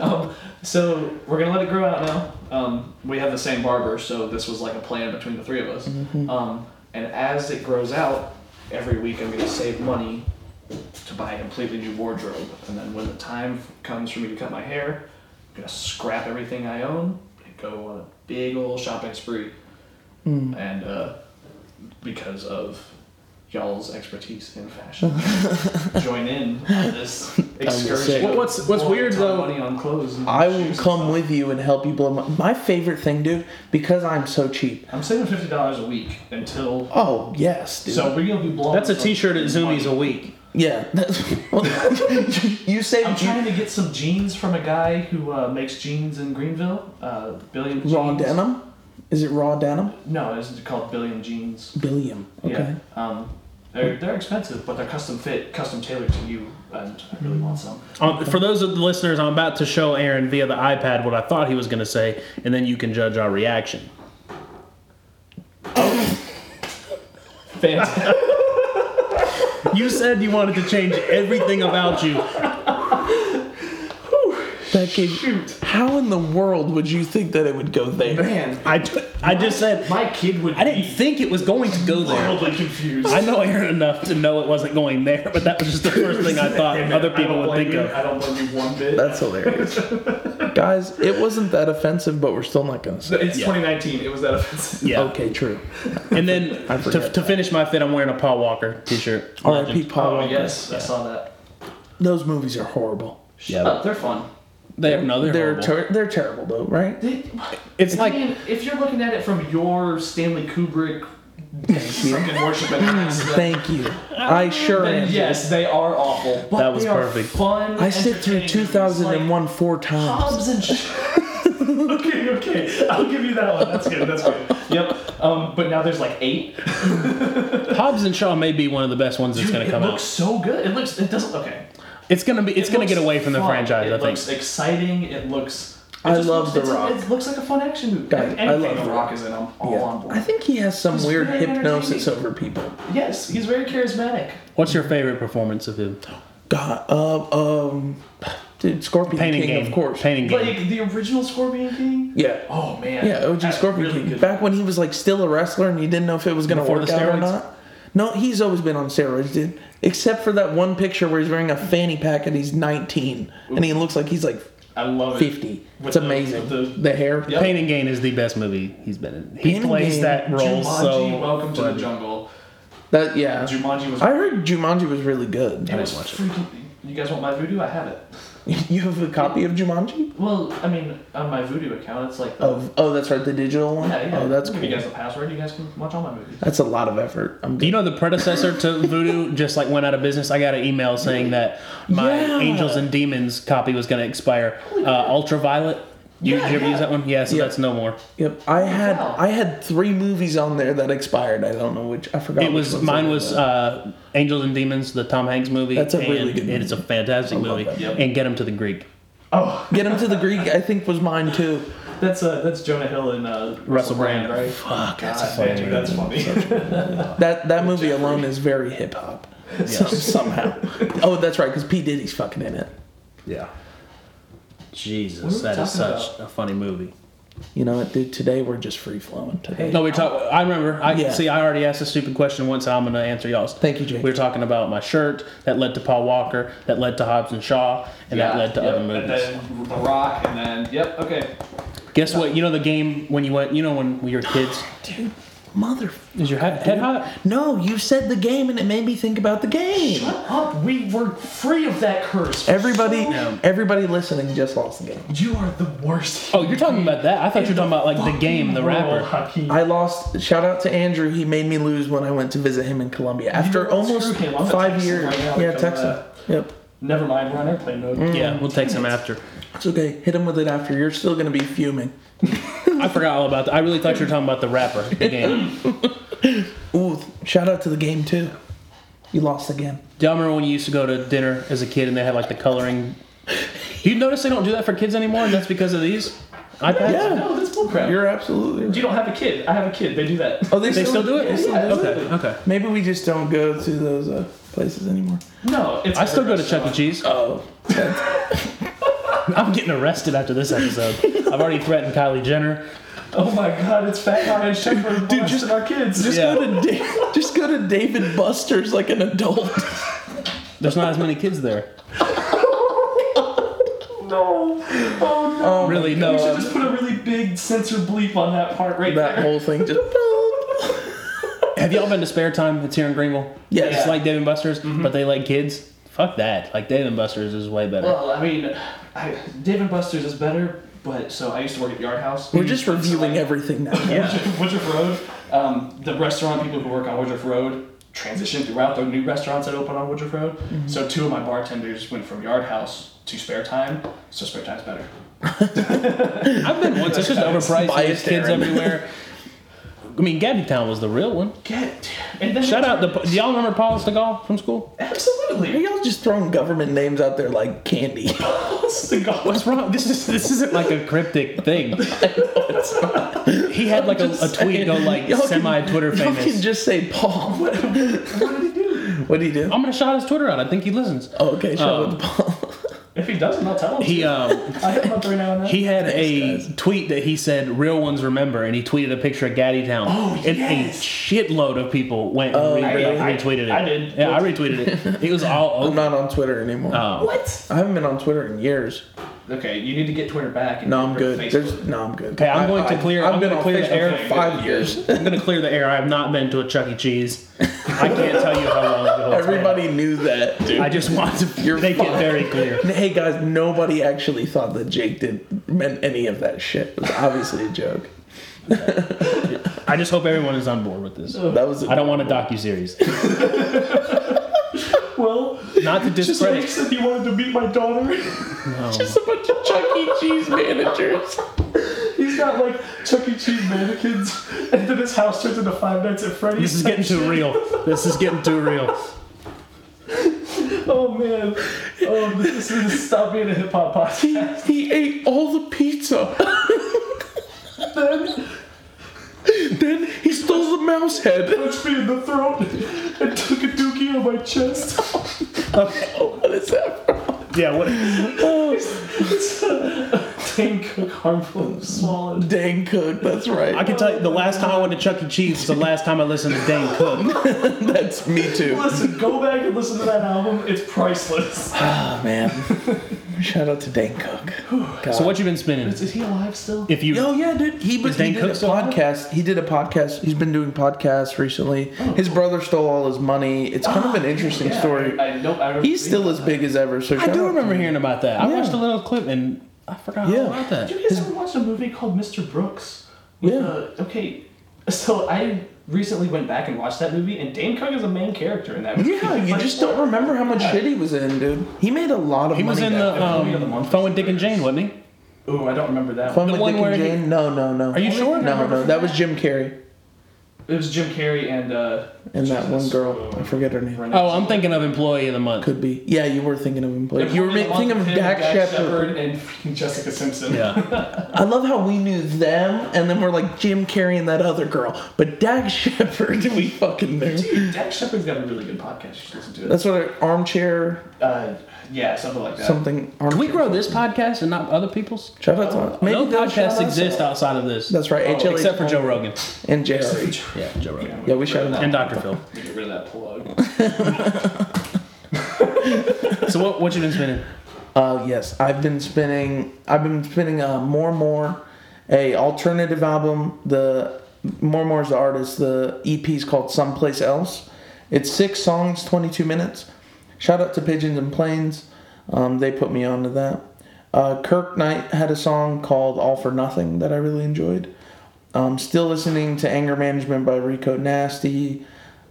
Um, so we're gonna let it grow out now. Um, we have the same barber, so this was like a plan between the three of us. Um, and as it grows out, every week I'm gonna save money to buy a completely new wardrobe. And then when the time comes for me to cut my hair, I'm gonna scrap everything I own and go on a big old shopping spree. And uh, because of y'all's expertise in fashion, join in on this excursion.
Well, what's- what's
Blowing a
weird,
ton of
though-
money on clothes. and
I will
shoes.
come with you and help you blow my, my favorite thing, dude, because I'm so cheap.
I'm saving fifty dollars a week until.
Oh yes, dude.
So we're gonna be blowing.
That's a
some
T-shirt at Zoomies a
money.
week.
yeah, that's, well, you say
I'm trying to get some jeans from a guy who uh, makes jeans in Greenville. Uh, Billiam Jeans.
raw denim. Is it raw denim?
No, it's called Billiam Jeans.
Billiam. Okay.
Yeah. Um, they're they're expensive, but they're custom fit, custom tailored to you, and I really want some.
Um, for those of the listeners, I'm about to show Aaron via the iPad what I thought he was going to say, and then you can judge our reaction.
Fantastic.
You said you wanted to change everything about you.
That gave, How in the world would you think that it would go there?
Man,
I, t- I just said
my kid would.
I didn't
be
think it was going to go there.
Horribly confused.
I know Aaron enough to know it wasn't going there, but that was just the first thing I thought
Hey, man,
other
I
people
don't
would
blame
think
you.
of.
I don't blame you one bit.
That's hilarious. Guys, it wasn't that offensive, but we're still not gonna say.
it's
Yeah.
2019. It was that offensive.
Yeah.
Okay, true.
And then
I
to,
forget
to finish my fit, I'm wearing a Paul Walker T-shirt.
R.I.P. Paul.
Oh
Walker.
yes, I saw that.
Those movies are horrible.
Yeah.
Shut up. They're fun.
They have no, they're,
They're
horrible.
ter- they're terrible though, right?
They,
It's
I
like
mean, if you're looking at it from your Stanley Kubrick fucking worshiping eyes, then-
Thank you. I sure
then
am.
yes, they are awful. But
That was
they are
perfect.
Fun.
I sit through
entertaining movies, like
2001 four times.
Hobbs and. Sh- okay, okay, I'll give you that one. That's good. That's good. Yep. Um, but now there's like eight.
Hobbs and Shaw may be one of the best ones that's
Dude,
going to come
it
out.
looks so good. It looks. It doesn't. Okay.
It's gonna be. It's
It
gonna
looks
get away from the
fun.
franchise.
It
I think.
looks exciting. It looks.
I
just
love
looks,
The
it's-
Rock.
it looks like a fun action movie.
Guy, I
Like, Anything
love
The
The
Rock
Rock.
is in, I'm all
Yeah.
on board.
I think he has some
He's
weird
very
hypnosis
entertaining.
over people.
yes, he's very charismatic.
What's your favorite performance of him?
God, uh, um, dude, Scorpion
Painting
King,
game,
of course.
Painting game.
Like the original Scorpion King.
Yeah.
Oh man.
Yeah, OG
That's
Scorpion
really
King.
good.
Back when he was like still a wrestler and you didn't know if it was gonna
Before
work
the
out or
steroids?
not. No, he's always been on steroids, dude. Except for that one picture where he's wearing a fanny pack and he's 19 and he looks like he's like
I love it.
50.
With
It's
the-
amazing. The,
with the-
hair.
Yep.
Pain and Gain is the best movie he's been in. He
Pain and
plays
Gain,
that role
Jumanji,
so.
Welcome to the
bloody-
Jungle.
That yeah.
Jumanji was.
I heard Jumanji was really good.
it was freaking. You guys want my voodoo? I have it.
You have a copy of Jumanji?
Well, I mean, on my voodoo account, it's like. the-
Of oh, that's right, the digital one.
yeah, yeah.
Oh, that's
I'll
cool.
Give you guys the password. You guys can watch all my movies.
That's a lot of effort. I'm
Do you know the predecessor to Voodoo just like went out of business? I got an email saying that my
Yeah.
Angels and Demons copy was going to expire. Uh, Ultraviolet. You,
Yeah,
did you ever
yeah.
use that one? Yeah, so
Yeah.
that's no more.
Yep, I had
hell.
I had three movies on there that expired. I don't know which. I forgot.
It
which
was
ones
mine
they
was
were.
uh, Angels and Demons, the Tom Hanks movie.
That's a really
and
good
It's a fantastic
love
movie.
that
Yep.
And Get Him to the Greek.
Oh,
Get him to the Greek. I think was mine too.
that's uh, that's Jonah Hill and uh, Russell Brand,
Brand.
right?
Fuck, that's a
God,
funny movie.
man, that's funny.
That that movie alone is very hip hop. somehow. Oh, that's right, because P Diddy's fucking in it.
Yeah.
What are
Jesus,
we
that is
talking
such a funny movie.
You know what, dude? Today we're just free flowing. Today.
No, we talk. I remember. I
Yeah.
see. I already asked a stupid question once. I'm gonna answer y'all's.
Thank you, Jake.
We were talking about my shirt that led to Paul Walker, that led to Hobbs and Shaw, and that led to
yep,
other movies.
And then The Rock, and then yep, okay.
Guess what? You know the game when you went. You know when we were kids.
dude, mother.
Is your head, head hot?
No, you said the game, and it made me think about the game.
Up, we were free of that curse.
Everybody,
Yeah.
everybody listening just lost the game.
you are the worst.
Oh, you're talking about that. I thought you were talking about like the game, the rapper.
I lost. Shout out to Andrew. He made me lose when I went to visit him in Colombia after
know what?
almost
Screw him. I'm gonna
five
text him
years.
right now uh, to
yeah,
come
text him.
back.
Yep,
Never mind, we're on airplane mode.
Yeah, we'll text him after.
it's okay. Hit him with it after. You're still gonna be fuming.
I forgot all about that. I really thought you were talking about the rapper, the game.
Ooh, shout out to the game too. You lost again.
Do y'all remember when you used to go to dinner as a kid and they had like the coloring? You notice they don't do that for kids anymore, and that's because of these iPads.
Yeah.
No, that's bullcrap.
You're absolutely. Right.
You don't have a kid. I have a kid. They do that.
Oh, they,
They still do it.
They still do
okay.
it.
Okay.
Maybe we just don't go to those uh, places anymore.
No, it's
I still go to
restaurant.
Chuck E. Cheese.
Oh,
I'm getting arrested after this episode. I've already threatened Kylie Jenner.
Oh my god, it's Fat Guy and Shepard dude, just our kids.
just
Yeah.
go to da- just go to David Buster's like an adult.
There's not as many kids there.
no. Oh no.
Um,
Really, no.
we should
uh,
just put a really big censor bleep on that part right
that
there.
whole thing just.
Have y'all been to Spare Time? It's here in Greenville.
Yes. Mm-hmm.
It's like Dave and Buster's, but they like kids. Fuck that. Like Dave and Buster's is way better.
Well, I mean, I, Dave and Buster's is better, but so I used to work at Yard House.
We're just
So,
reviewing
like,
everything now.
Woodruff, Woodruff Road. Um, the restaurant people who work on Woodruff Road transitioned throughout the new restaurants that open on Woodruff Road. So two of my bartenders went from Yard House to Spare Time. So Spare Time's better.
I've been once. It's just overpriced. and There's
Biased,
kids
Aaron.
everywhere. I mean, Gabby Town was the real one.
Get and then
Shout out to. Do y'all remember Paul Stegall from school?
Are
absolutely.
y'all just throwing government names out there like candy?
What's the goal?
What's wrong? This is this isn't like a cryptic thing. He had like a, a tweet go like
Y'all can-
semi Twitter
Y'all can
famous.
just say Paul. What, did he do?
I'm gonna shout his Twitter out. I think he listens.
Oh, okay, show it
Um,
to Paul.
If he doesn't, I'll tell him.
He um
I hit him up every now and then.
He had a
guys.
tweet that he said, "Real ones remember," and he tweeted a picture of Gaddy Town.
Oh,
and
yes. Oh,
a shitload of people went and re-
really?
like, retweeted it.
I did.
Yeah, I retweeted it. It was all
I'm
over.
not on Twitter anymore.
Um,
what?
I haven't been on Twitter in years.
Okay, you need to get Twitter back. And
No, I'm
get rid
good.
of Facebook.
There's no, I'm good.
Okay, I'm
I-
going to
I-
clear-
I've
I'm
been
gonna
on
clear the
Facebook for
air.
five years.
I'm gonna clear the air. I have not been to a Chuck E. Cheese. I can't tell you how long ago. it's been.
Everybody knew that, dude.
I just want to
You're
make it
fine.
very clear.
Hey guys, nobody actually thought that Jake did meant any of that shit. It was obviously a joke.
I just hope everyone is on board with this.
That was.
I don't want a docu series.
well,
Not to
just like
discredit.
said, you wanted to meet my daughter.
just a bunch of Chuck E. Cheese managers.
He's got like Chuck E. Cheese mannequins, and then his house turns into Five Nights at Freddy's.
This is getting too real. This is getting too real.
Oh man. Oh, this is stop being a hip hop podcast.
He ate all the pizza.
then
then he stole the mouse head.
punched me in the throat and took a dookie on my chest.
Oh, What is that? from?
Yeah, what?
Dane Cook harmful swallowed.
Dang Cook. That's right.
I can tell you, the last time I went to Chuck E. Cheese was the last time I listened to Dane Cook.
That's me too.
Listen, go back and listen to that album. It's priceless.
Oh man. Shout out to Dane Cook. God.
So what you been spinning?
Is he alive still?
If you
Oh yeah, dude. He was he
Dane
did
Cook
a
still on?
podcast. He did a podcast. He's been doing podcasts recently.
Oh,
His brother stole all his money. It's kind of an interesting
Yeah,
story.
I, I know. I remember
He's
reading
still
that.
as big as ever. So
I do remember hearing about that. I
Yeah.
watched a little clip and I forgot all
Yeah.
about that.
Did you guys ever watch a movie called Mr. Brooks? With,
Yeah.
uh, okay, so I recently went back and watched that movie, and Dane Cook is a main character in that movie.
Yeah, you
Like,
just don't remember how much shit he was in, dude. He made a lot of
He
money.
was in the
back. Movie of the
um,
month.
Phone with Dick and Jane, wasn't he?
Ooh, I don't remember that.
Fun
the
with
one
Dick and
where he-
Jane. No, no, no.
Are you sure?
No, no.
remember
That was Jim Carrey
It was Jim Carrey and uh,
and that one
Jesus,
girl.
uh,
I forget her name.
Renee
Oh, I'm thinking of Employee of the Month.
Could be. Yeah, you were thinking of him, Blake.
Zellweger.
You were
Emily
thinking of
Blunt,
Dak Shepard.
and freaking Jessica Simpson.
Yeah.
I love how we knew them, and then we're like Jim Carrey and that other girl, but Dak Shepard, we fucking knew.
Dude, Dak Shepard's got a really good podcast. You should listen to it.
That's what I, armchair
Uh, yeah, something like that.
something. Armchair.
Can we grow this podcast and not other people's?
Shout out to maybe
no
they'll shout
podcasts
us
exist
out.
outside of this. Oh,
That's right. HLH
Except for Joe Rogan.
and Jerry.
Yeah, Joe Rogan.
Yeah, we shout him
And
out.
Dr. Phil.
Get rid of that plug.
So what what you been spinning?
Uh, yes, I've been spinning. I've been spinning uh, more more, a alternative album. The more more is the artist. The EP is called Someplace Else. It's six songs, twenty two minutes. Shout out to Pigeons and Planes. Um, they put me onto that. Uh, Kirk Knight had a song called All for Nothing that I really enjoyed. Um, still listening to Anger Management by Rico Nasty.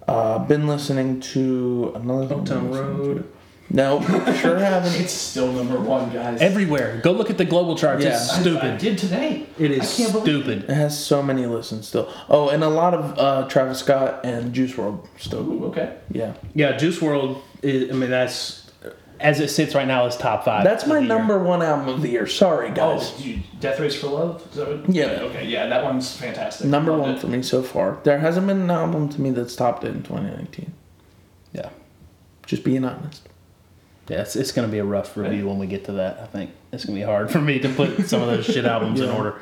Uh, been listening to another thing.
Uptown Road.
No, sure haven't.
It's still number one, guys.
Everywhere. Go look at the global charts.
Yeah.
It's
I-
I
stupid.
did today.
It
I
is
can't believe
stupid.
It has so many listens still. Oh, and a lot of uh, Travis Scott and Juice World still.
Ooh, okay.
Yeah,
Yeah, Juice World. Is, I mean, that's as it sits right now is top five.
that's
of
my
the year.
number one album of the year. Sorry guys,
Oh, you, Death Race for Love? Is that what?
Yeah.
Okay, yeah, that one's fantastic.
number
Loved
one
it.
for me so far. There hasn't been an album to me that's topped it in 2019.
Yeah,
Just being honest.
yeah. It's, it's gonna be a rough review when we get to that. I think it's gonna be hard for me to put some of those shit albums in
Yeah.
order.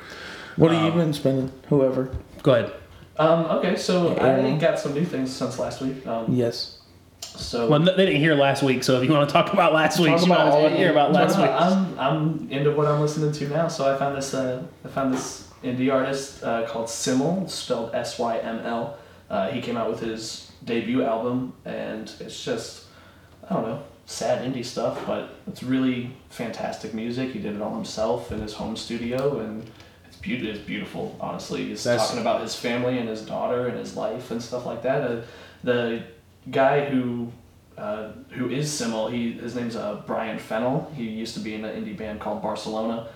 What have you been spending? Whoever.
Go ahead.
Um, okay, so
Yeah.
I got some new things since last week. Um,
Yes.
So
Well, they didn't hear last week, so if you want to talk about last week,
Talk
you might
about
as well
all-
hear about
No,
last
no,
week.
I'm I'm into what I'm listening to now. So I found this uh, I found this indie artist uh, called Simmel, spelled S Y M L. Uh, he came out with his debut album, and it's just I don't know sad indie stuff, but it's really fantastic music. He did it all himself in his home studio, and it's beautiful. It's beautiful, honestly. He's
That's-
talking about his family and his daughter and his life and stuff like that. Uh, the guy who uh, who is Simmel. He his name's uh, Brian Fennel. He used to be in an indie band called Barcelona.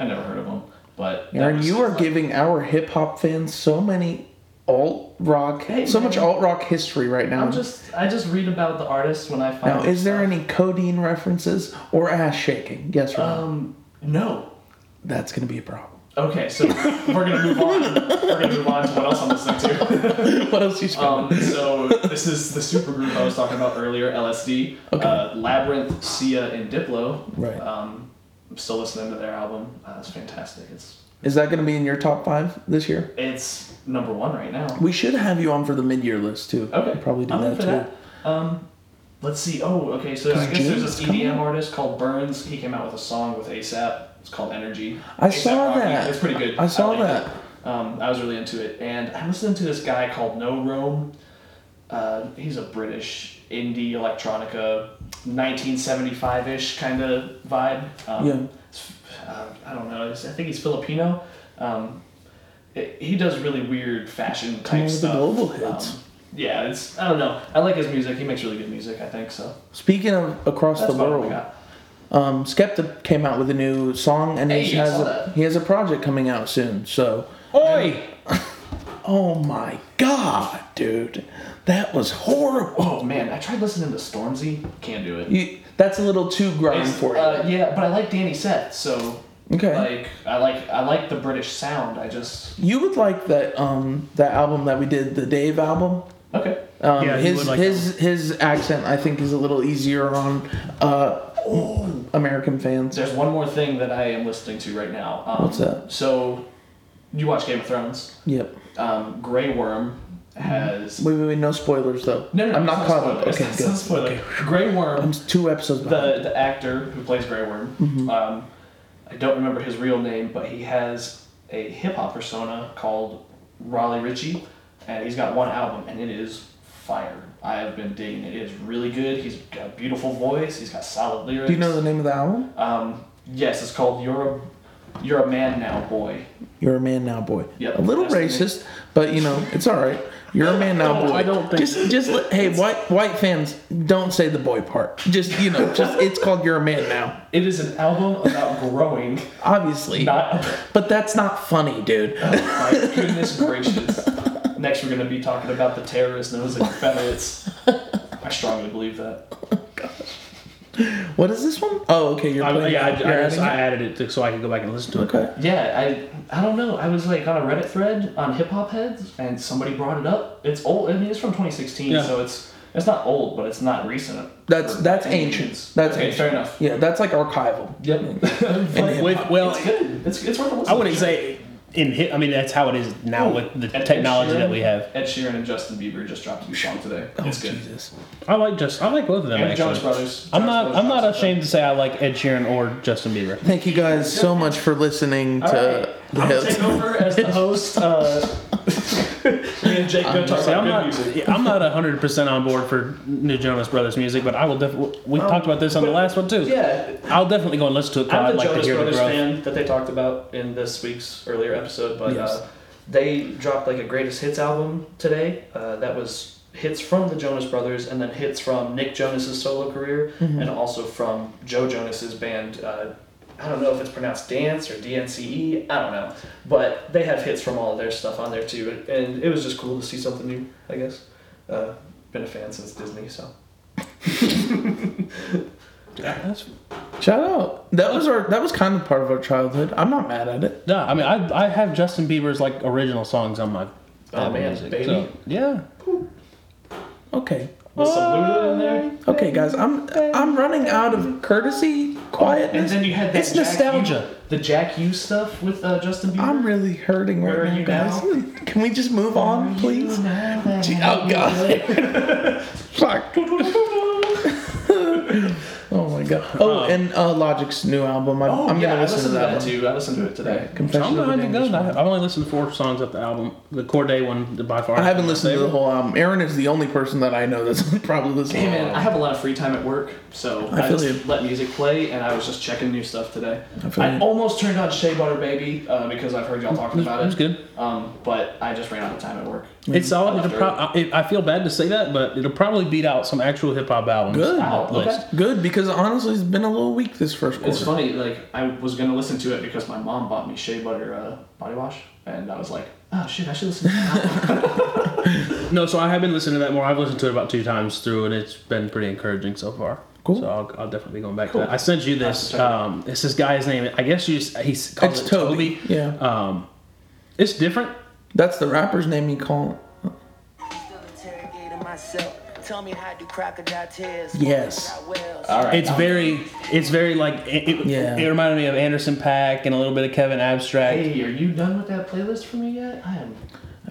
I never heard of him, but that
Aaron,
was
you
his,
are
like-
giving our hip hop fans so many alt rock,
Hey,
so
man.
much alt rock history right now.
I'm just I just read about the artists when I
now,
find.
is there
stuff.
any codeine references or ass shaking? Yes or no?
Um, no.
That's gonna be a problem.
Okay, so we're gonna move on. We're gonna move on to what else I'm listening to.
what else you spending?
Um, so this is the supergroup I was talking about earlier, LSD, uh, Labyrinth, Sia, and Diplo.
Right.
Um, I'm still listening to their album. Uh, it's fantastic. It's
Is that going to be in your top five this year?
it's number one right now.
We should have you on for the mid-year list too.
Okay.
We'll probably do
I'm
that
in
too.
for that. Um, let's see. Oh, okay. So I
Because
guess there's this
James, come
EDM artist called Burns. He came out with a song with ASAP. It's called Energy.
I
A$AP
saw
Rocky.
that.
It's pretty good.
I saw
liked
that.
it. Um, I was really into it, and I listened to this guy called No Roam. Uh, he's a British indie electronica, 1975-ish kind of vibe. Um,
Yeah.
it's- uh, I don't know. it's- I think he's Filipino. Um, it- he does really weird fashion type
on with the
stuff.
global hits.
Um, yeah, it's I don't know. I like his music. He makes really good music. I think so.
Speaking of across
That's
the
about all we
world,
got.
um, Skepta came out with a new song, and
Hey,
he
I
has
saw
a,
that.
he has a project coming out soon. So
Oi!
Oh my god, dude, that was horrible.
Oh man, I tried listening to Stormzy. Can't do it.
You, that's a little too grind
It's-
for you.
uh, yeah, but I like Danny Seth, so
Okay.
like I like I like the British sound. I just
you would like that um that album that we did, the Dave album.
okay.
Um,
Yeah, you
his
would like
his his accent I think is a little easier on uh American fans.
There's one more thing that I am listening to right now. Um,
What's that?
So, you watch Game of Thrones?
Yep.
Um, Grey Worm has
Wait, wait, wait, no spoilers though.
no, no, no
I'm
it's
not caught
spoiler,
up.
it's
Okay,
not- it's not
good.
spoiler. Grey Worm
I'm two episodes behind.
the the actor who plays Grey Worm.
Mm-hmm.
Um, I don't remember his real name, but he has a hip hop persona called Raleigh Ritchie, and he's got one album, and it is fire. I have been digging it. It is really good. He's got a beautiful voice. He's got solid lyrics.
Do you know the name of the album?
Um, yes, it's called "You're a You're a Man Now, Boy."
You're a man now, boy.
Yep,
a little
that's the
racist, but you know it's all right. You're a man now, boy.
I don't think-
just just let- hey white white fans don't say the boy part. Just you know just it's called you're a man now.
It is an album about growing,
Obviously,
not.
but that's not funny, dude.
My goodness gracious. Next, we're going to be talking about the terrorists known as the Confederates. I strongly believe that.
What is this one? Oh, okay. You're
I,
playing.
yeah, I, I,
you're
guess
adding
I added it to, so I could go back and listen to
it?
it.
okay.
Yeah, I I don't know. I was like on a Reddit thread on hip hop heads, and somebody brought it up. It's old. I mean, it's from 2016,
Yeah.
so it's it's not old, but it's not recent.
That's
Or
that's
any
ancient.
means.
That's
okay,
ancient.
fair enough.
Yeah, that's like archival.
Yep. But
With, well,
it's good. It's, it's worth a listen.
I wouldn't say in hip. I mean, that's how it is now with the
Ed- Ed
technology that
Sheeran-
we have.
Ed Sheeran and Justin Bieber just dropped a new song today. it's good.
Jesus.
I like just I like both of them.
And Jonas
actually.
Brothers.
I'm
Jonas
not
Brothers
I'm not
dropped something.
ashamed to say I like Ed Sheeran or Justin Bieber.
Thank you guys so much for listening to
All right. I'll take over as the host. Uh, me and Jake go talk
See, I'm
about
not.
good music.
yeah, I'm not 100 percent on board for new Jonas Brothers music, but I will definitely. We talked about this on the last one too.
Um, Yeah,
I'll definitely go and listen to it. 'cause
I'm
I'd
the
like to
Jonas
hear the
Brothers
growth.
fan that they talked about in this week's earlier episode, but
Yes.
uh, they dropped like a greatest hits album today. Uh, that was hits from the Jonas Brothers and then hits from Nick Jonas's solo career
Mm-hmm.
and also from Joe Jonas's band. Uh, I don't know if it's pronounced dance or DNCE. E, I don't know, but they have hits from all of their stuff on there too, and it was just cool to see something new. I guess. Uh, been a fan since Disney, so.
That's-
Shout out. That was our. That was kind of part of our childhood. I'm not mad at it.
No, I mean I I have Justin Bieber's like original songs on my.
Oh,
Apple
man, baby.
so, yeah.
Okay.
With some Luda in there.
Okay, guys. I'm I'm running out of courtesy,
And
quietness.
then you had that
It's
Jack
nostalgia.
U- the Jack U stuff with uh, Justin Bieber.
I'm really hurting right
Where are
now,
you
guys. Can we just move on, please? Gee, oh god. Fuck. oh my god. Oh, and uh, Logic's new album. I'm,
Um, oh,
I'm
yeah,
gonna
I
listen to
listened
that, one.
too. I listened to it today.
Confessions
I'm
of a
behind the
Damned
gun. I- I've only listened to four songs off the album. The Corday one, by far.
I haven't listened to the whole album. Aaron is the only person that I know that's probably listening.
Hey man, I have a lot of free time at work, so
I
I,
feel
just
you.
let music play, and I was just checking new stuff today.
I feel
I,
you.
almost turned on Shea Butter Baby uh, because I've heard y'all talking about it.
it was good.
Um, but I just ran out of time at work.
It's solid. It'll
Sure.
pro- I, I feel bad to say that, but it'll probably beat out some actual hip hop albums.
Good.
on that
Wow, okay.
list.
Good because honestly, it's been a little weak this first quarter.
It's funny, like I was gonna listen to it because my mom bought me Shea Butter uh, body wash, and I was like, oh shit, I should listen. to that.
No, so I have been listening to that more. I've listened to it about two times through, and it's been pretty encouraging so far.
Cool.
So I'll, I'll definitely be going back to that. I sent you this.
Nice to check.
Um, it's this guy's name. I guess you just, he's called
It's
it
Toby.
Toby.
Yeah,
Um, it's different.
that's the rapper's name. You call.
Still interrogating myself. Tell me how do crocodile tears.
Yes.
All
right.
It's very, it's very like it. It,
Yeah.
it reminded me of Anderson Pack and a little bit of Kevin Abstract.
hey, are you done with that playlist for me yet? I am.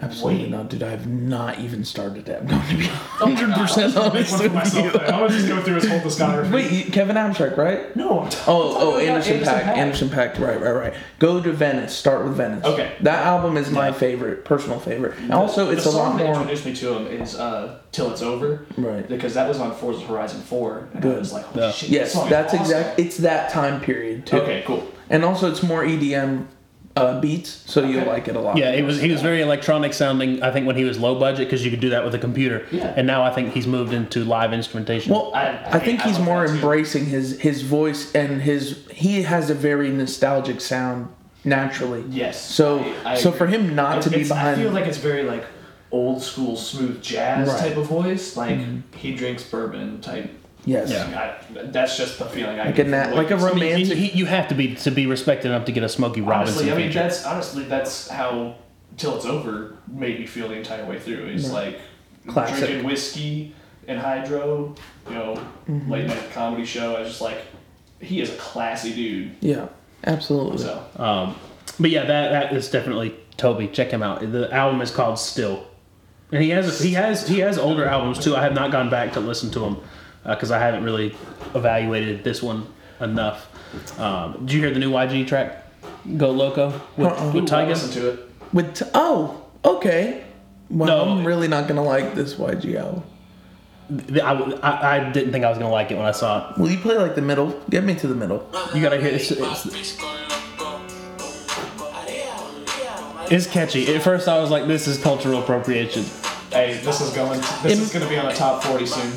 Absolutely
Wait. Oh
not, dude. I've not even started it. I'm going to be 100 percent
Make
honest
one for
with
myself.
you.
then. I'm gonna just go through his whole discography.
Wait, you- Kevin Amtrak, right?
no. I'm t-
Oh,
I'm
oh,
talking about
Anderson Pack,
Paak.
Anderson Pack. Right, right, right. Go to Venice. Start with Venice.
Okay.
That album is my favorite, personal favorite. And also, it's
the
a lot
song that
more.
introduced me to him is uh, "Till It's Over,"
Right.
Because that was on Forza Horizon Four, and I was like, "Holy
Yeah.
shit!"
Yes,
this song is
that's
awesome.
exact. It's that time period too.
Okay, cool.
And also, it's more EDM uh, beats, so you'll
Okay.
like it a lot.
Yeah, it was. He was very electronic sounding. I think when he was low budget, because you could do that with a computer.
Yeah.
And now I think he's moved into live instrumentation.
Well, I,
I-
I, think
I
he's
love
more
that too.
embracing his his voice and his he has a very nostalgic sound naturally.
Yes.
So
I- I
so
agree.
for him not
It-
to be
it's- I
behind
feel like it's very like old school smooth jazz
Right. Mm-hmm.
type of voice. Like he drinks bourbon type.
yes.
Yeah.
I, that's just the feeling I
Like
get.
a nat-
from
like a
what-
I mean,
romantic
you, you- you have to be to be respected enough to get a Smokey Robinson
honestly. I mean,
feature.
that's honestly that's how till it's over made me feel the entire way through. It's like
Classic.
drinking whiskey and hydro. You know,
Mm-hmm.
late night comedy show. I was just like, he is a classy dude.
Yeah, absolutely.
So
Um, but yeah, that that is definitely Toby. Check him out. The album is called Still, and he has he has he has older albums too. I have not gone back to listen to them because I haven't really evaluated this one enough. Um, did you hear the new YG track, Go Loco with,
Uh-uh.
with
Ooh, I
Tyga?
listen to it.
With t- oh, okay. Well,
No.
I'm really not gonna like this YG album.
The- I, I, I didn't think I was gonna like it when I saw
Will you play like the middle? Get me to the middle.
it. You gotta hear it's it's, it's catchy. At first, I was like, "This is cultural appropriation."
Hey, this is going. This
Im-
is going to be on the top forty soon.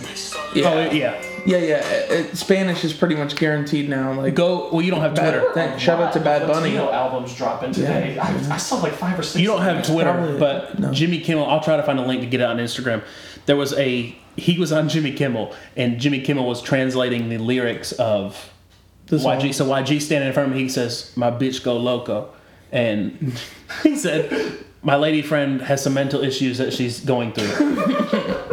Yeah,
Oh yeah,
yeah, yeah. It, it- Spanish is pretty much guaranteed now. Like
go. Well, you don't have Twitter.
Thank, shout out to Bad Bunny.
Latino albums dropping today. I, I saw like five or six.
You don't have Twitter,
Probably-
but
no.
Jimmy Kimmel. I'll try to find a link to get it on Instagram. There was a he was on Jimmy Kimmel, and Jimmy Kimmel was translating the lyrics of
song.
YG. So YG standing in front of me, he says, "My bitch go loco," and he said, "My lady friend has some mental issues that she's going through."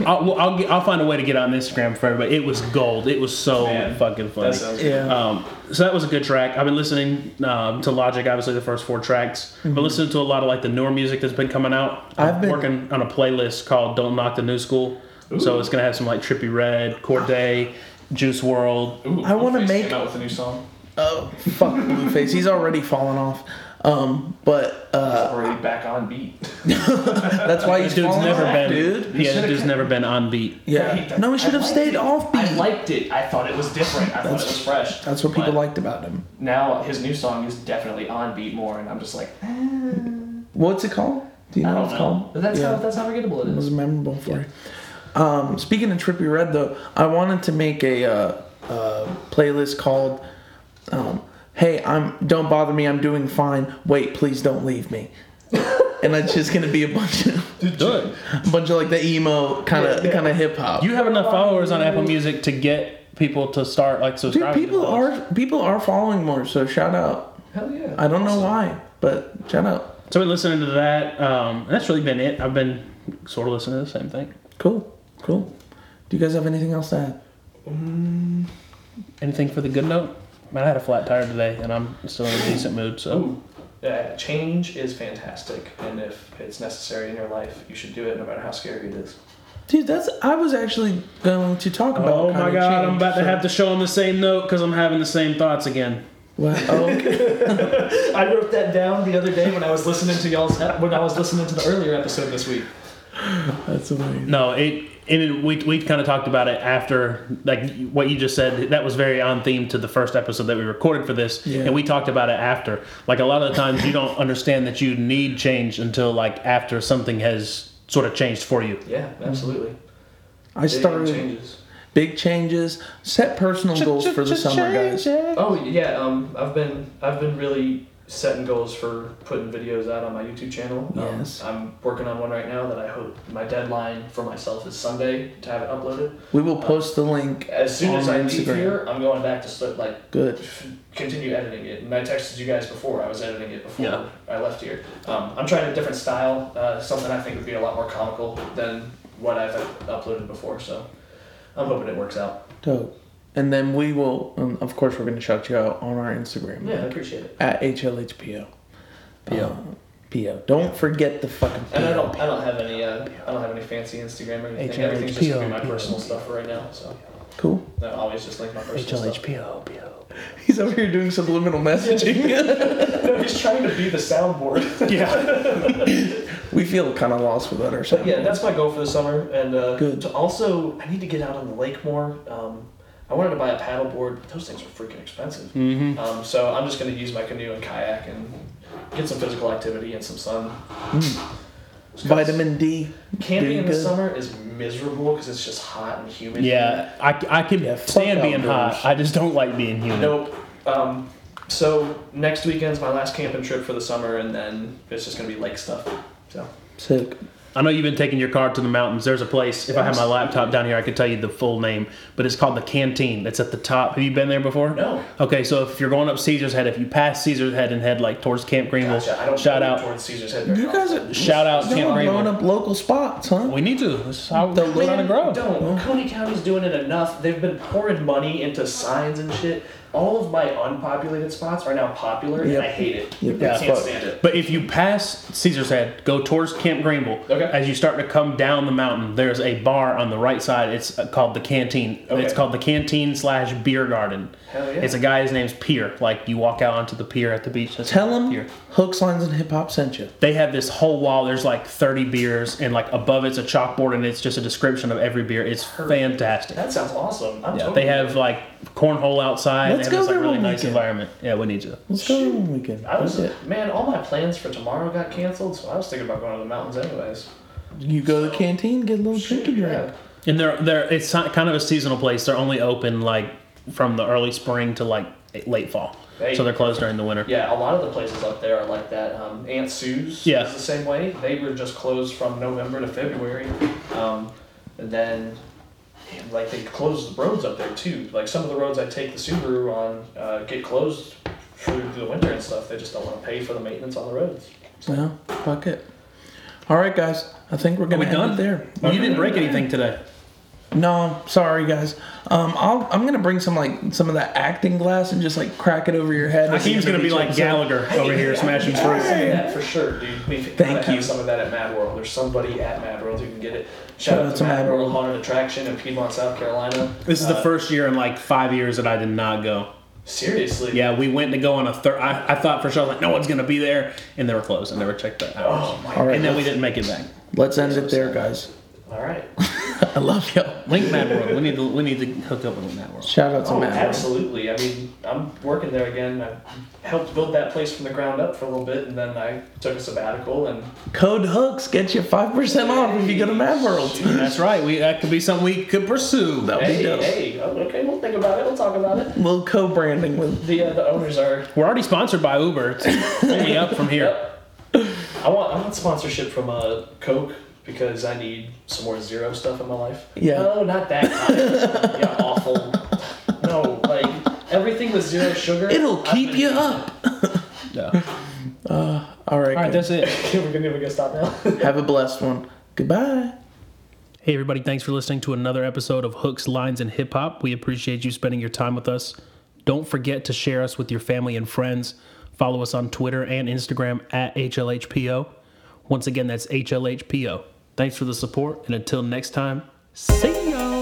I'll, well, I'll, get, I'll find a way to get it on Instagram for everybody. It was gold. It was so
Man,
fucking funny.
That sounds good.
Yeah.
Um, so that was a good track. I've been listening um, to Logic, obviously the first four tracks. But listening to a lot of like the newer music that's been coming out. I'm
Mhm. I've been-
working on a playlist called "Don't Knock the New School," so it's gonna have some like Trippy Red, Corday, Juice World.
Ooh,
I wanna
Blueface
make-
came out with a new song.
oh, fuck Blueface. He's already fallen off. Um, but uh,
Already back on beat.
that's why he's
This dude's
fallen
never
off,
been.
dude.
Yeah, this dude's never been on beat.
Yeah. No, he should have stayed off
I
beat.
liked it. I thought it was different. I thought it was fresh.
That's what people
But
liked about him.
Now his new song is definitely on beat more, and I'm just like, eh,
What's it called? Do you
I
know what it's
don't know.
called?
That's
Yeah. Mm-hmm.
how that's how forgettable it
It was
is.
memorable for you. Um, speaking of Trippy Red, though, I wanted to make a, uh, uh playlist called um, "Hey, I'm Don't Bother Me, I'm Doing Fine. Wait, please don't leave me." and it's just gonna be a bunch of
Do it.
a bunch of like the emo kind of kind of hip hop.
You have enough followers on Apple Music to get people to start like
Dude,
subscribing. to
people
those.
are people are following more, so shout out.
Hell yeah.
I don't know why, but shout out.
So I've been listening to that. Um, and that's really been it. I've been sort of listening to the same thing.
Cool, cool. Do you guys have anything else to add?
Anything for the good note? Man, I had a flat tire today, and I'm still in a decent mood. So.
Ooh. Uh, change is fantastic, and if it's necessary in your life, you should do it, no matter how scary it is.
Dude, that's I was actually going to talk about.
Oh my
kinda
god, I'm
change,
about to
so-
have to show him the same note because I'm having the same thoughts again.
Wow.
Oh.
Okay.
I wrote that down the other day when I was listening to y'all's when I was listening to the earlier episode this week.
That's amazing.
No, it and it, we we kind of talked about it after like what you just said. That was very on theme to the first episode that we recorded for this,
Yeah.
and we talked about it after. Like a lot of the times, you don't understand that you need change until like after something has sort of changed for you.
Yeah, absolutely.
I
Big
started
changes.
big changes. Set personal goals for the summer, guys.
Oh yeah, um, I've been I've been really setting goals for putting videos out on my YouTube channel. Um,
Yes.
I'm working on one right now that I hope my deadline for myself is Sunday to have it uploaded.
We will post the link.
As soon as
On
I leave
Instagram.
here, I'm going back to start like
Good.
continue editing it. And I texted you guys before I was editing it before
Yeah.
I left here. Um, I'm trying a different style, uh, something I think would be a lot more comical than what I've uploaded before. So I'm hoping it works out.
Dope. And then we will, um, of course, we're going to shout you out on our Instagram
Yeah, I appreciate it.
at HLHPO. PO. PO. Uh, Don't forget the fucking PO.
And I don't, I don't have any, uh, I don't have any fancy Instagram or anything.
HLHPO.
Everything's just gonna be my personal stuff for right now. So
Cool.
I always just link my personal stuff.
HLHPO.
He's over here doing subliminal messaging.
No, he's trying to be the soundboard.
Yeah.
we feel kind of lost without ourselves.
but yeah, that's my goal for the summer. And uh,
Good.
To also, I need to get out on the lake more. Um, I wanted to buy a paddleboard. Those things are freaking expensive.
Mm-hmm.
Um, so I'm just gonna use my canoe and kayak and get some physical activity and some sun. Just 'cause
Mm. Vitamin D.
Camping
doing
in the
good.
summer is miserable because it's just hot and humid.
Yeah. I, I can
Yeah, fuck
stand being
outdoors.
hot. I just don't like being human.
Nope. Um, So next weekend's my last camping trip for the summer, and then it's just gonna be lake stuff. So
Sick.
I know you've been taking your car to the mountains. There's a place. If I had my laptop down here, I could tell you the full name, but it's called the Canteen. It's at the top. Have you been there before?
No.
Okay, so if you're going up Caesar's Head, if you pass Caesar's Head and head like towards Camp Greenville,
gotcha. I don't
shout
go
out.
towards Caesar's Head. Very
You guys are
Shout out
y'all
Camp
are
Raymond.
blowing up local spots, huh?
we need to. This is how
The
we're gonna
Man,
grow.
Don't. Coney County's doing it enough. They've been pouring money into signs and shit. All of my unpopulated spots are now popular,
Yep.
and I hate it.
Yep.
I
Yeah,
can't
fuck.
stand it.
But if you pass Caesar's Head, go towards Camp Greenville.
Okay.
As you start to come down the mountain, there's a bar on the right side. It's uh, called the Canteen.
Okay.
It's called the Canteen slash Beer Garden.
Hell yeah.
It's a guy. His name's Pier. Like you walk out onto the pier at the beach. that's
Tell them
Pier.
hooks, lines, and hip hop sent you.
They have this whole wall. There's like 30 beers, and like above it's a chalkboard, and it's just a description of every beer. It's fantastic.
That sounds awesome. I'm
Yeah,
totally
they have like cornhole outside.
Let's
they have
go
this
there
like, really
one
nice
weekend.
environment. Yeah, we need you.
Let's go one weekend.
I was
That's it.
man. All my plans for tomorrow got canceled, so I was thinking about going to the mountains anyways.
You go to the canteen, get a little drinky drink.
Yeah.
And they're they're it's not- kind of a seasonal place. They're only open like from the early spring to like late fall.
Hey.
So they're closed during the winter.
Yeah, a lot of the places up there are like that. Um, Aunt Sue's
Yeah.
is the same way. They were just closed from November to February. Um, and then, damn, like, they closed the roads up there too. Like, some of the roads I take the Subaru on uh, get closed through the winter and stuff. They just don't want to pay for the maintenance on the roads.
Well, fuck it. All right, guys. I think we're gonna
we
end
done?
it there.
You didn't break anything today.
No, sorry guys. Um, I'll, I'm gonna bring some like some of that acting glass and just like crack it over your head.
Hakeem's gonna be like
Episode.
Gallagher over here smashing
Yeah,
fruit.
yeah, for sure, dude. We
Thank
gotta
you.
Have some of that at Mad World. There's somebody at Mad World who can get it. Shout, out to Mad World Haunted Attraction in Piedmont, South Carolina.
This is the
Uh,
first year in like five years that I did not go.
Seriously.
Yeah, we went to go on a third. I, I thought for sure like no one's gonna be there, and they were closed. I never checked the hours,
Oh my.
All right,
and then we didn't make it back.
let's end it there, guys.
All right.
I love y'all.
Link Mad World. We need to we need to hook up with Mad World.
Shout out to
Oh,
Matt.
absolutely. I mean, I'm working there again. I helped build that place from the ground up for a little bit, and then I took a sabbatical. And
Code hooks gets you five percent off if you go to Mad World.
That's right. We that could be something we could pursue.
That'd be
hey,
dope.
hey, oh, okay, we'll think about it. We'll talk about it.
Little co-branding with
The uh, the owners are.
We're already sponsored by Uber. It's only up from here.
Yep. I want I want sponsorship from uh, Coke because I need some more zero stuff in my life.
Yeah.
No, not that. Kind. yeah, awful. No, like everything with zero sugar.
it'll
I've
keep
been-
you up.
Yeah.
All right,
All right,
guys.
that's it.
Okay, we're gonna we're gonna stop now.
have a blessed one. Goodbye.
Hey, everybody, thanks for listening to another episode of Hooks, Lines, and Hip Hop. We appreciate you spending your time with us. Don't forget to share us with your family and friends. Follow us on Twitter and Instagram at HLHPO. Once again, that's HLHPO. Thanks for the support, and until next time, see ya!